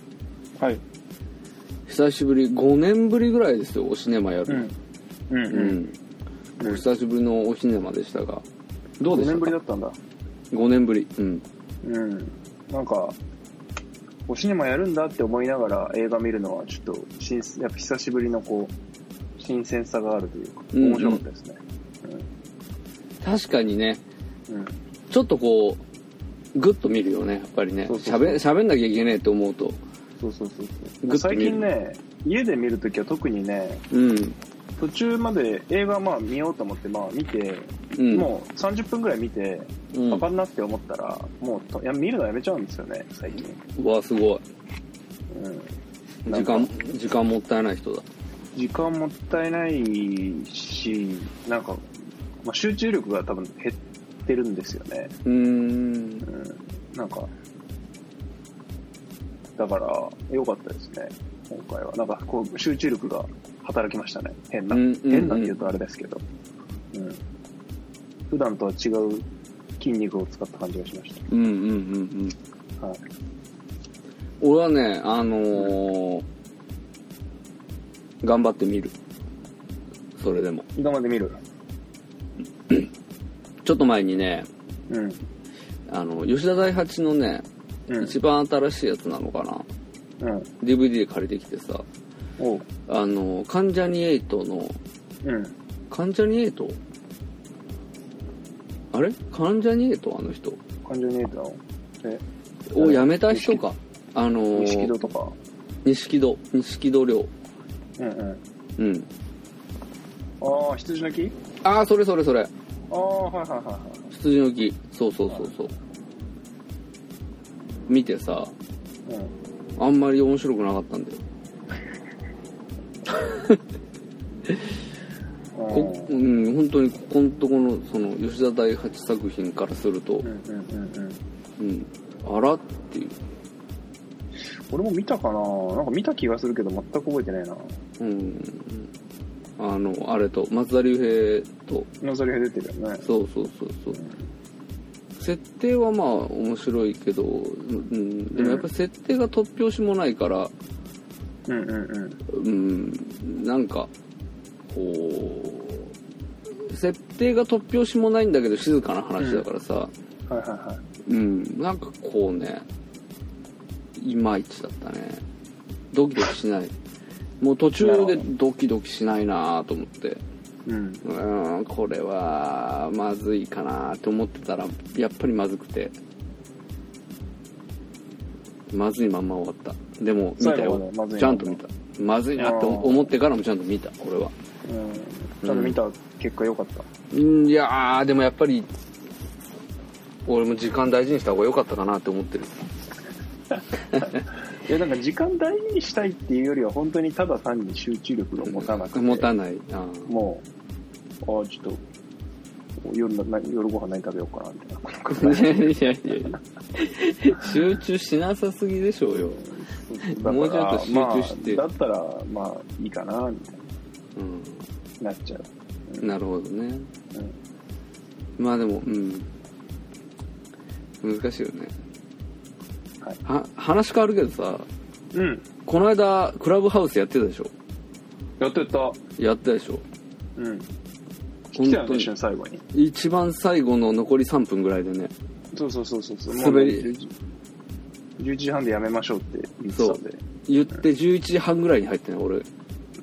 S2: はい
S3: 久しぶり5年ぶりぐらいですよおシネマや
S2: う
S3: る
S2: んうん
S3: う
S2: うん
S3: ん、お久しぶりのおシネマでしたがどう
S2: 5
S3: でした
S2: 年ぶり
S3: か
S2: だったんだ
S3: 5年ぶりうん
S2: うんなんかおシネマやるんだって思いながら映画見るのはちょっと新鮮やっぱ久しぶりのこう新鮮さがあるというか
S3: うんうん
S2: 面白かったですね
S3: 確かにね
S2: うん、
S3: ちょっとこうグッと見るよねやっぱりね
S2: そうそうそう
S3: 喋喋んなきゃいけねえと思うと
S2: そうそうそう
S3: グッと見
S2: そう
S3: る
S2: 最近ね家で見るときは特にね
S3: うん
S2: 途中まで映画まあ見ようと思ってまあ見て、
S3: うん
S2: もう30分ぐらい見て
S3: うん
S2: あかんなって思ったら、もうといや見るのやめちゃうんですよね最近、
S3: うわすごい
S2: うん、な
S3: 時
S2: んか
S3: 間時間もったいない人だ
S2: 時間もったいないしなんか、まあ、集中力が多分減ってるんですよね、
S3: うーん
S2: うん、なんかだから良かったですね今回はなんかこう集中力が働きましたね変な、
S3: うんうんうん
S2: 変なって言うとあれですけど、うん、普段とは違う筋肉を使った感じがしまし
S3: うんうんうんうん
S2: た、はい、
S3: 俺はねあのー頑張ってみるそれでも
S2: 今まで見る
S3: ちょっと前にね
S2: うん
S3: あの吉田大八のね、
S2: うん
S3: 一番新しいやつなのかな
S2: うん
S3: DVD 借りてきてさ
S2: おう
S3: あの関ジャニ∞の
S2: うん
S3: 関ジャニ∞あれ関ジャニ∞あの人
S2: 感情にえたのえ
S3: を辞めた人かあのー
S2: 錦戸とか
S3: 錦戸錦戸亮
S2: うんうん。
S3: うん
S2: ああ、羊の木
S3: ああそれそれそれ
S2: ああ、はいはいはいはい。
S3: 羊の木そうそうそうそう見てさ
S2: うん、
S3: あんまり面白くなかったんだよこうん本当にここのとこのその吉田大八作品からすると
S2: うん、う、んうんうんうん
S3: うん、あらっていう、
S2: 俺も見たかななんか見た気がするけど全く覚えてないな
S3: うん、あのあれと松田龍平と
S2: 野沢りが出てるよね
S3: そうそうそうそう設定はまあ面白いけど、うん、でもやっぱり設定が突拍子もないから、
S2: うんうんうん
S3: うん、なんかこう設定が突拍子もないんだけど静かな話だからさ、
S2: はいはいはい
S3: うんなんかこうねいまいちだったねドキドキしないもう途中でドキドキしないなと思って
S2: うん
S3: うーんこれはまずいかなと思ってたらやっぱりまずくてまずいまんま終わったでも見
S2: 最
S3: た
S2: 後
S3: よ
S2: までまずいまんま
S3: ちゃんと見たまずいなって
S2: あー
S3: 思ってからもちゃんと見たこれは
S2: うんちゃんと見た結果良かった、
S3: うんいやーでもやっぱり俺も時間大事にした方が良かったかなって思ってる
S2: いやなんか時間大事にしたいっていうよりは本当にただ単に集中力が持たなくて、
S3: 持たないあー
S2: もうああちょっと夜な何夜ご飯何食べようかなみたいなこと考
S3: いや (laughs) いやいやいや集中しなさすぎでしょうよ、
S2: えてだから
S3: もうちょっと集中して
S2: まあ、だったらまあいいかなみたい
S3: うん、
S2: になっちゃう
S3: なるほどね
S2: うん
S3: まあでも、うん。難しいよね。
S2: はい
S3: は話変わるけどさ、
S2: うん
S3: この間、クラブハウスやってたでしょ
S2: やってた
S3: やったでしょ
S2: うん来
S3: 本
S2: たよ
S3: 当
S2: ね
S3: に
S2: 一緒に最後に
S3: 一番最後の残り3分ぐらいでね。
S2: そうそうそうそうそう
S3: 滑り
S2: もうね10時11時半でやめましょうって言ってたんで
S3: 言って11時半ぐらいに入ってね、俺。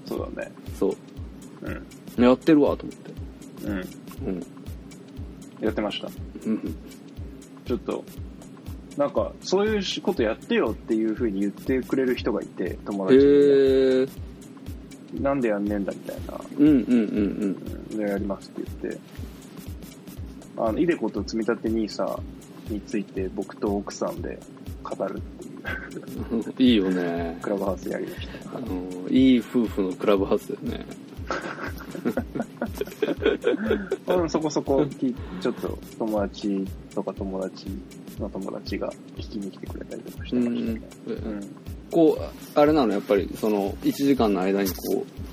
S2: そうだね
S3: そう
S2: うん。
S3: やってるわ、と思って。
S2: うん
S3: うん。
S2: やってました
S3: うん。
S2: ちょっとなんかそういうことやってよっていうふうに言ってくれる人がいて友
S3: へえ
S2: 達に、
S3: ー。
S2: なんでやんねえんだみたいな
S3: うんうんうん
S2: うんじゃあやりますって言ってあのイデコと積み立て NISA について僕と奥さんで語るっていう
S3: うん。いいよね。
S2: クラブハウスやりました
S3: あの、いい夫婦のクラブハウスだよね。
S2: うん、そこそこき、ちょっと友達とか友達の友達が聞きに来てくれたりとかしてましたね。
S3: うん
S2: うん。
S3: こう、あれなの、やっぱり、その、1時間の間にこ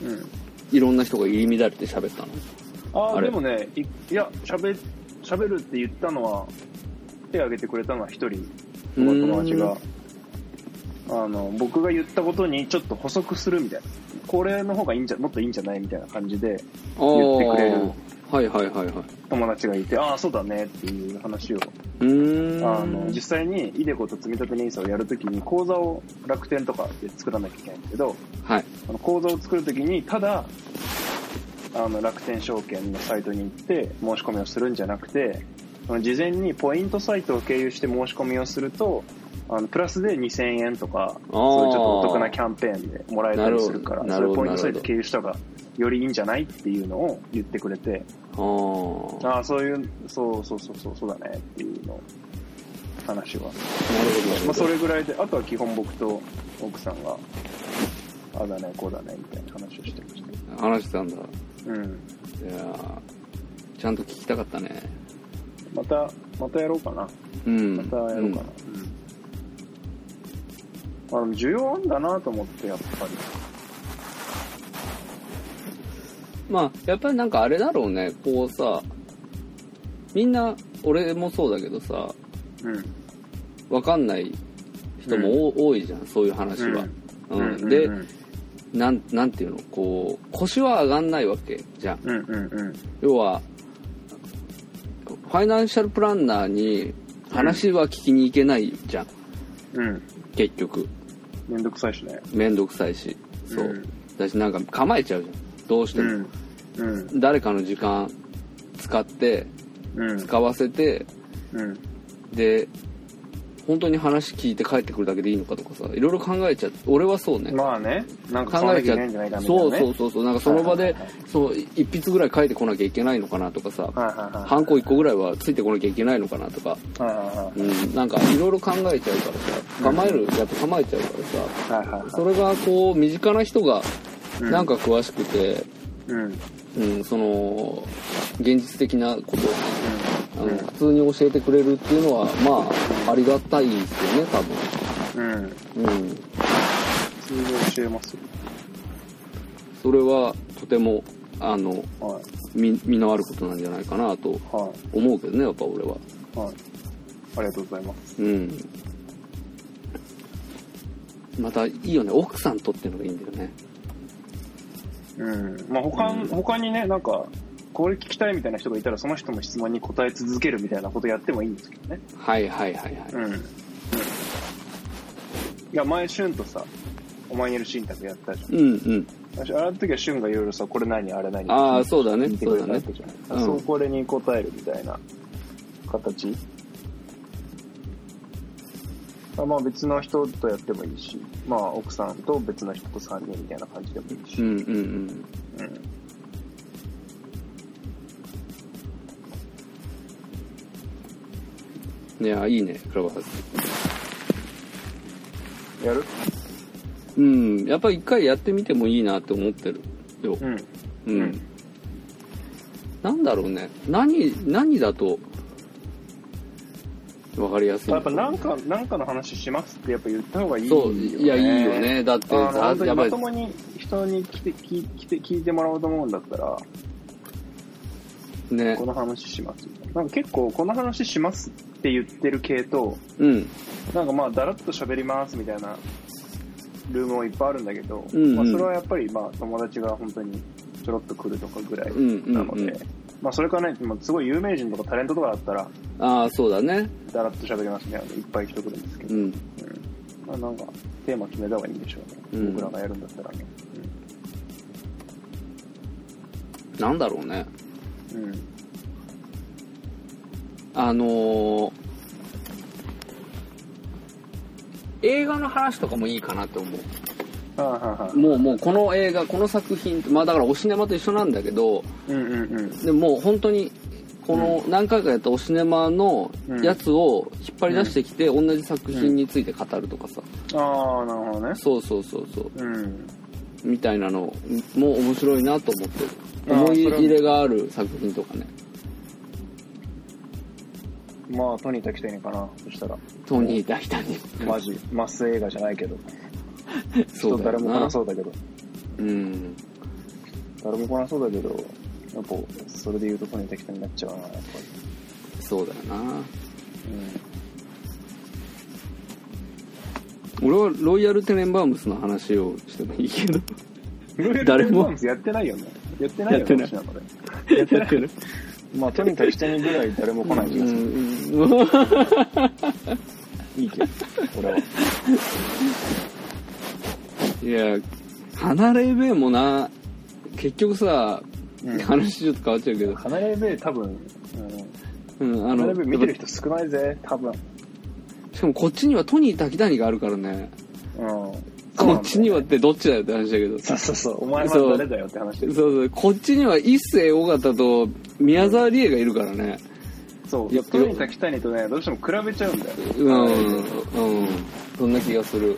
S2: うん。
S3: う、いろんな人が入り乱れて喋ったの。
S2: あ
S3: あ
S2: あ、
S3: れ
S2: でもね、いいや、喋、喋るって言ったのは、手挙げてくれたのは一人、友達が、あの、僕が言ったことにちょっと補足するみたいな。これの方がいいんじゃ、もっといいんじゃないみたいな感じで、言ってくれる
S3: あーはいはいはいはい。
S2: 友達がいて、ああ、そうだねっていう話を
S3: うーん。
S2: あの実際にイデコと積み立て NISA をやるときに口座を楽天とかで作らなきゃいけないんだけど
S3: はい。
S2: あの口座を作るときにただあの楽天証券のサイトに行って申し込みをするんじゃなくてあの事前にポイントサイトを経由して申し込みをするとあのプラスで2000円とか
S3: あー
S2: そういうちょっとお得なキャンペーンでもらえたりするから
S3: な
S2: そう
S3: る
S2: い
S3: ほ
S2: う
S3: ど
S2: ポイントサイ
S3: なるほど
S2: ト経由した方がよりいいんじゃないっていうのを言ってくれて
S3: あーなる
S2: ああそういうそうそうそうそうそうだねっていうのを話は
S3: ほど。
S2: まあ、それぐらいであとは基本僕と奥さんがああだねこうだねみたいな話をしてまし
S3: 話してたんだ。い
S2: たうん
S3: やーちゃんと聞きたかったね。
S2: またまたやろうかな
S3: うん。
S2: またやろうかなうん、あの需要あんだなと思ってやっぱ
S3: うんまあ、やっぱりなんかあれだろうね、こうさ、みんな、俺もそうだけどさ、
S2: りうん
S3: わかんない人も多,、多いじゃん、そういう話は。
S2: うんうん
S3: で、
S2: うん
S3: なんなんていうのこう腰は上がんないわけじゃん
S2: うんうんうん
S3: 要はファイナンシャルプランナーに話は聞きに行けないじゃん、
S2: うん
S3: 結局
S2: めんどくさいしね
S3: 面倒くさいしそう、
S2: うん
S3: だしなんか構えちゃうじゃんどうして
S2: う
S3: も、
S2: んうん
S3: 誰かの時間使って
S2: うん
S3: 使わせて
S2: うん
S3: で本当に話聞いて帰ってくるだけでいいのかとかさいろいろ考えちゃう俺はそうね、
S2: まあね、なんか
S3: 考
S2: 買わ
S3: え
S2: なき
S3: ち
S2: ゃいけ
S3: ゃ
S2: ないんじゃないかみたいな、
S3: そ
S2: ね。
S3: うそうそうそうなんかその場
S2: はい
S3: で
S2: はいはいは
S3: そう一筆ぐらい書いてこなきゃいけないのかなとかさ
S2: はいはいはい。
S3: ハンコ1個ぐらいはついてこなきゃいけないのかなとか、
S2: はいはいは
S3: うん、なんかいろいろ考えちゃうからさ構えるやっぱ構えちゃうからさ
S2: い。はいはいはい
S3: それがこう身近な人が
S2: うん
S3: なんか詳しくて、
S2: うん。うん。
S3: うん、その現実的なことをあの普通に教えてくれるっていうのはまあありがたいですよね多
S2: うん。
S3: 分、うん、
S2: 通常教えますよ。
S3: それはとてもあの
S2: はい。
S3: 身身のあることなんじゃないかなと
S2: は
S3: 思うけどねやっぱ俺は。
S2: い。はい。ありがとうございます。
S3: うんまたいいよね奥さんとってのがいいんだよね
S2: うん。まあ他、他にね、なんか、これ聞きたいみたいな人がいたら、その人の質問に答え続けるみたいなことやってもいいんですけどね。
S3: はいはいはいはい、
S2: うん。うん、いや、前、シュンとさ、お前にいるシーン卓やったじゃん。
S3: うんうん
S2: 私あの時はシュンがいろいろさ、これ何あれ何
S3: ああそうだね
S2: 聞いて
S3: そ
S2: く
S3: う
S2: れ
S3: だ
S2: たわ
S3: ね
S2: けじゃない
S3: うん
S2: そうこれに答えるみたいな形あまあ別の人とやってもいいしまあ奥さんと別の人と3人みたいな感じでもいいし、
S3: うんうんうん
S2: うん
S3: いやいいねクラブハウス
S2: やる
S3: うんやっぱ一回やってみてもいいなって思ってるよ
S2: うん
S3: うん、
S2: うん
S3: なんだろうね何何だと分かりやすい
S2: やっぱなんかなんかの話しますってやっぱ言った方がいい
S3: そういやいいよねだって
S2: あの
S3: さ
S2: 本当に
S3: やば
S2: ま
S3: い
S2: ともに人に来て聞いて聞いてもらおうと思うんだったら
S3: ね
S2: この話しますなんか結構この話しますって言ってる系と
S3: うん
S2: なんかまあだらっと喋りますみたいなルームもいっぱいあるんだけど、
S3: うんうん
S2: まあ、それはやっぱりまあ友達が本当にちょろっと来るとかぐらい
S3: うんうん
S2: なので、
S3: うん
S2: まあ、それかねまあすごい有名人とかタレントとかだったら
S3: ああそうだね
S2: だらっと喋りますねいっぱい人来るんですけど、
S3: うん
S2: まあ、なんかテーマ決めた方がいいんでしょうね、
S3: うん
S2: 僕らがやるんだったらね
S3: なんだろうね
S2: うん、うん
S3: あのー映画の話とかもいいかなと思
S2: あーはーは
S3: う。
S2: ー
S3: もうもうこの映画、この作品、まあだからおシネマと一緒なんだけど、
S2: うんうんうん
S3: でももう本当に、この何回かやったおシネマのやつを引っ張り出してきて、同じ作品について語るとかさ、
S2: ああなるほどね
S3: そうそうそうそう、
S2: うん
S3: みたいなのも面白いなと思ってる。
S2: あー
S3: 思い
S2: それは
S3: 入れがある作品とかね。
S2: まあトニー滝といいのかなそしたら
S3: トニー・ダイタニ
S2: マジマス映画じゃないけど
S3: そう
S2: 人
S3: だ
S2: 誰
S3: よ
S2: も来
S3: な
S2: な。そうだけど
S3: うん。
S2: 誰も来なそうだけど、やっぱ、それで言うとこに適当になっちゃうな、やっぱ
S3: そうだよな。
S2: り。
S3: 俺はロイヤル・テネンバームスの話をしてもいいけど
S2: うん。
S3: 誰も
S2: やってないよね。やってないよ
S3: やって
S2: ね、
S3: な
S2: 私
S3: い
S2: なので。
S3: やってる
S2: まあ、とにかく適当にぐらい誰も来ない気がする。いいけど、これは。
S3: いや離れべもな結局さ、
S2: うん
S3: 話ちょっと変わっちゃうけど、
S2: 離れべ、多分、
S3: うん、
S2: あ
S3: あ
S2: の、離れ
S3: の
S2: べ見てる人少ないぜ、多分。
S3: しかもこっちにはトニー・タキダニがあるからね
S2: うん。
S3: こっちには
S2: そうなんだよ
S3: っ
S2: ね。
S3: てどっちだよって話だけどそ
S2: そうそうそう、お前は誰だよって話
S3: うそうこっちには一世尾形と宮沢りえがいるからね
S2: そう。
S3: や
S2: や
S3: っ
S2: っ
S3: ぱ
S2: ぱり、滝谷とね、どうしても比べちゃうんだよ。
S3: うんうんそんな気がする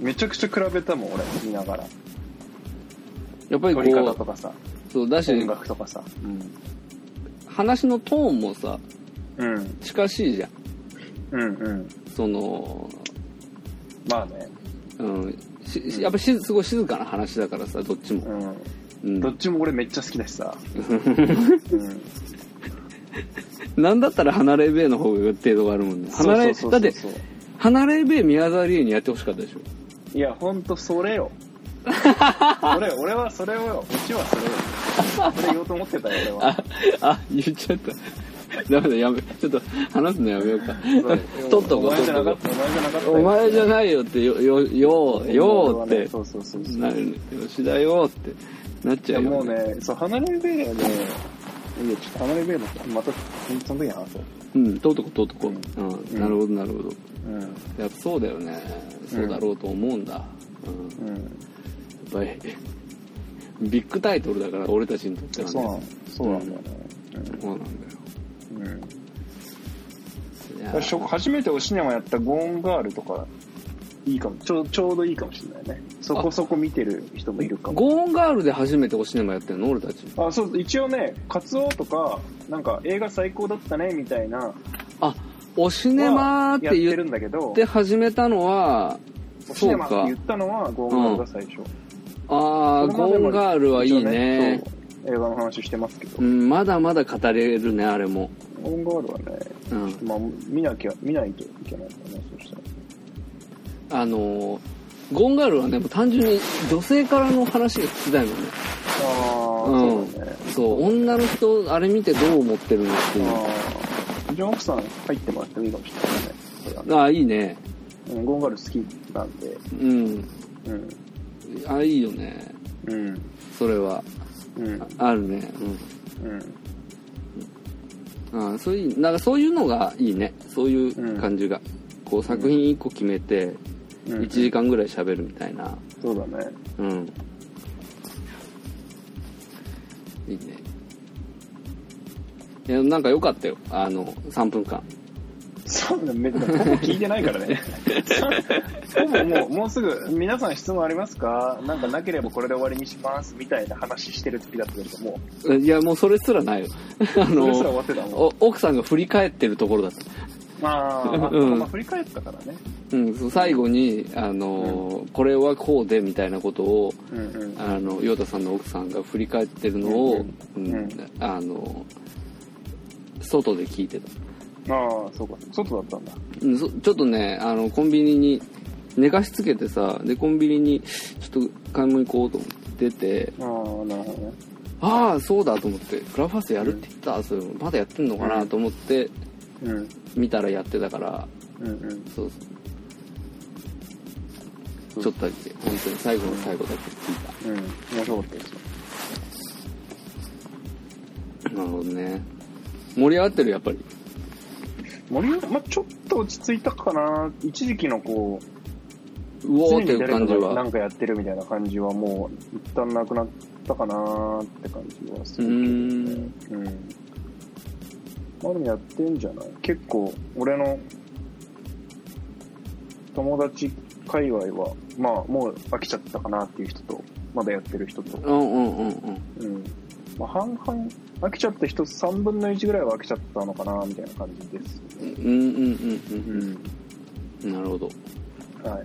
S2: うん。めちゃくちゃ比べたもん、俺、見ながら。
S3: やっぱり
S2: 撮り方
S3: こと
S2: かさ、
S3: うそうだし
S2: 音楽とかさ。うん。
S3: 話のトーンもさ
S2: うん。
S3: 近しいじゃん
S2: うんうん。
S3: その、
S2: まあね。
S3: うん、ししやっぱしすごい静かな話だからさどっちも、
S2: うん。
S3: うん
S2: どっちも俺めっちゃ好きだし
S3: (laughs)
S2: さ。うん
S3: なんだったら離れべの方が程度があるもんね離れ
S2: そう
S3: だ
S2: そうそうそう
S3: って離れべ宮沢りえにやってほしかったでしょ
S2: いや、ほんとそれよ。それ、俺はそれをよ。うちはそれよ。それ言おうと思ってたよ、俺は。
S3: ああ言っちゃった (laughs) ダメだやめちょっと話すのやめようか (laughs) 取っと
S2: お
S3: こ
S2: 前
S3: う取
S2: じゃな
S3: っ
S2: か
S3: と
S2: った、
S3: こ
S2: お前じゃなかったよ。
S3: うお前じゃないよってよよよよって
S2: そうそうそうそう。
S3: なるね吉田よってなっ
S2: い
S3: ち
S2: や
S3: ゃうよ、ね、
S2: もうね、そう、離れ部屋ね、いや、ちょっと離れベイの、また、その時に話そう。
S3: うん、通っとこ通っとこ。うん、なるほど、なるほど。
S2: うん。
S3: やっぱそうだよね。そうだろうと思うんだ。うん、や
S2: う
S3: っぱり、ビッグタイトルだから、俺たちにとって
S2: ん。
S3: はね。
S2: そうなんそうなんだよね。
S3: そうなんだよ。
S2: うん。うん
S3: い
S2: だ
S3: や
S2: からしょ初めておシネマやったゴーンガールとか、いいかも、ちょう、ちょうどいいかもしれないね。そこそこ見てる人もいるかも。
S3: ゴーンガールで初めておシネマやってんの俺たち。
S2: あ、そう、一応ね、カツオとか、なんか映画最高だったね、みたいな、
S3: あ、おシネマーっ
S2: やってて
S3: 言
S2: る
S3: っ
S2: んだけど、
S3: て始めたのは、
S2: おシ
S3: そ
S2: ネ
S3: う
S2: マって
S3: か
S2: 言。ったのはゴーンガールが最初。
S3: あー、
S2: これまで
S3: ゴーン
S2: も
S3: ガールはいい
S2: 一
S3: ね。
S2: 応そう映画の話してますけど、
S3: うん、まだまだ語れるね、あれも。
S2: ゴーンガールはね、
S3: うん。
S2: まあ、見なきゃ、見ないといけないからね、そしたら。
S3: あのーゴンガールはね、もう単純に女性からの話が聞きたいもんね。
S2: ああ、
S3: う
S2: そう
S3: ん
S2: だね。
S3: そう、女の人、あれ見てどう思ってるのっていう。
S2: ああ、じゃあ奥さん入ってもらってもいいかもしれないねこれはね。
S3: ああ、いいね。
S2: うんゴンガール好きなんで、
S3: うん。
S2: うん、
S3: ああ、いいよね。
S2: うん、
S3: それは。
S2: うん、
S3: ああるね。
S2: うん。
S3: うん。あそういう、なんかそういうのがいいね。そういう感じが。こう作品一個決めて、
S2: うん
S3: 1時間ぐらい喋るみたいな。
S2: そうだね。
S3: うん。いいね。いや、なんか良かったよ。あの、3分間。
S2: そうだね、めっちゃ、ほぼ聞いてないからね。ほぼもう、もうすぐ、皆さん質問ありますかなんかなければこれで終わりにします、みたいな話してる時だったけども、
S3: いや、もうそれすらないよ。 (laughs)
S2: そ
S3: あ
S2: れすら終
S3: の、
S2: わってたもん。
S3: お奥さんが振り返ってるところだった。
S2: あー、まあ、
S3: うん
S2: まあ、振り返ったからね。
S3: うん、そう最後に、あの、これはこうでみたいなことを、
S2: うんうん。
S3: あの、ヨタさんの奥さんが振り返ってるのを、うん
S2: うん
S3: あの、外で聞いて
S2: あ
S3: た。
S2: あ、そうか。外だったんだ。
S3: うんそちょっとね、あの、コンビニに寝かしつけてさ、で、コンビニにちょっと買い物行こうと思って出て、
S2: ああ、なるほどね。
S3: ああ、そうだと思って、クラブハウスやるって言った、それまだやってんのかなと思って、
S2: うん。
S3: 見たらやってたから、
S2: うんうん。
S3: そうそう。ちょっとだけ、本当に最後の最後だけ聞い
S2: うん。面白かったですよ。
S3: た。なるほどね。盛り上がってる、やっぱり。
S2: 森は、まあ、ちょっと落ち着いたかな。一時期のこう、
S3: うお
S2: 常
S3: ーってい
S2: に
S3: う
S2: 誰か
S3: 感じ
S2: がな
S3: は。
S2: んかやってるみたいな感じはもう、一旦なくなったかなって感じはす
S3: う
S2: る。
S3: ーん。
S2: うん。まあ、でもやってんじゃない結構、俺の友達界隈は、まあ、もう飽きちゃったかなっていう人と、まだやってる人と、
S3: うんうんうんうん。
S2: うん。まあ、半々、飽きちゃった人3分の1ぐらいは飽きちゃったのかな、みたいな感じです。
S3: うんうんうんうん
S2: ん。
S3: うん。なるほど。
S2: はい。
S3: わか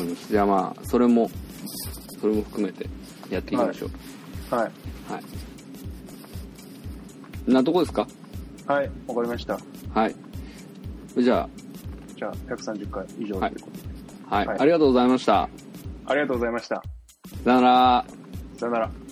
S3: りましたじゃあまあ、それも、それも含めてやっていきましょう。
S2: はい。
S3: はい。なとこですか
S2: はい。わかりました。
S3: はい。じゃ
S2: じゃあ、130回以上ということで、
S3: あ、はい。
S2: はい
S3: ありがとうございました。
S2: ありがとうございました。
S3: さよなら。
S2: さよなら。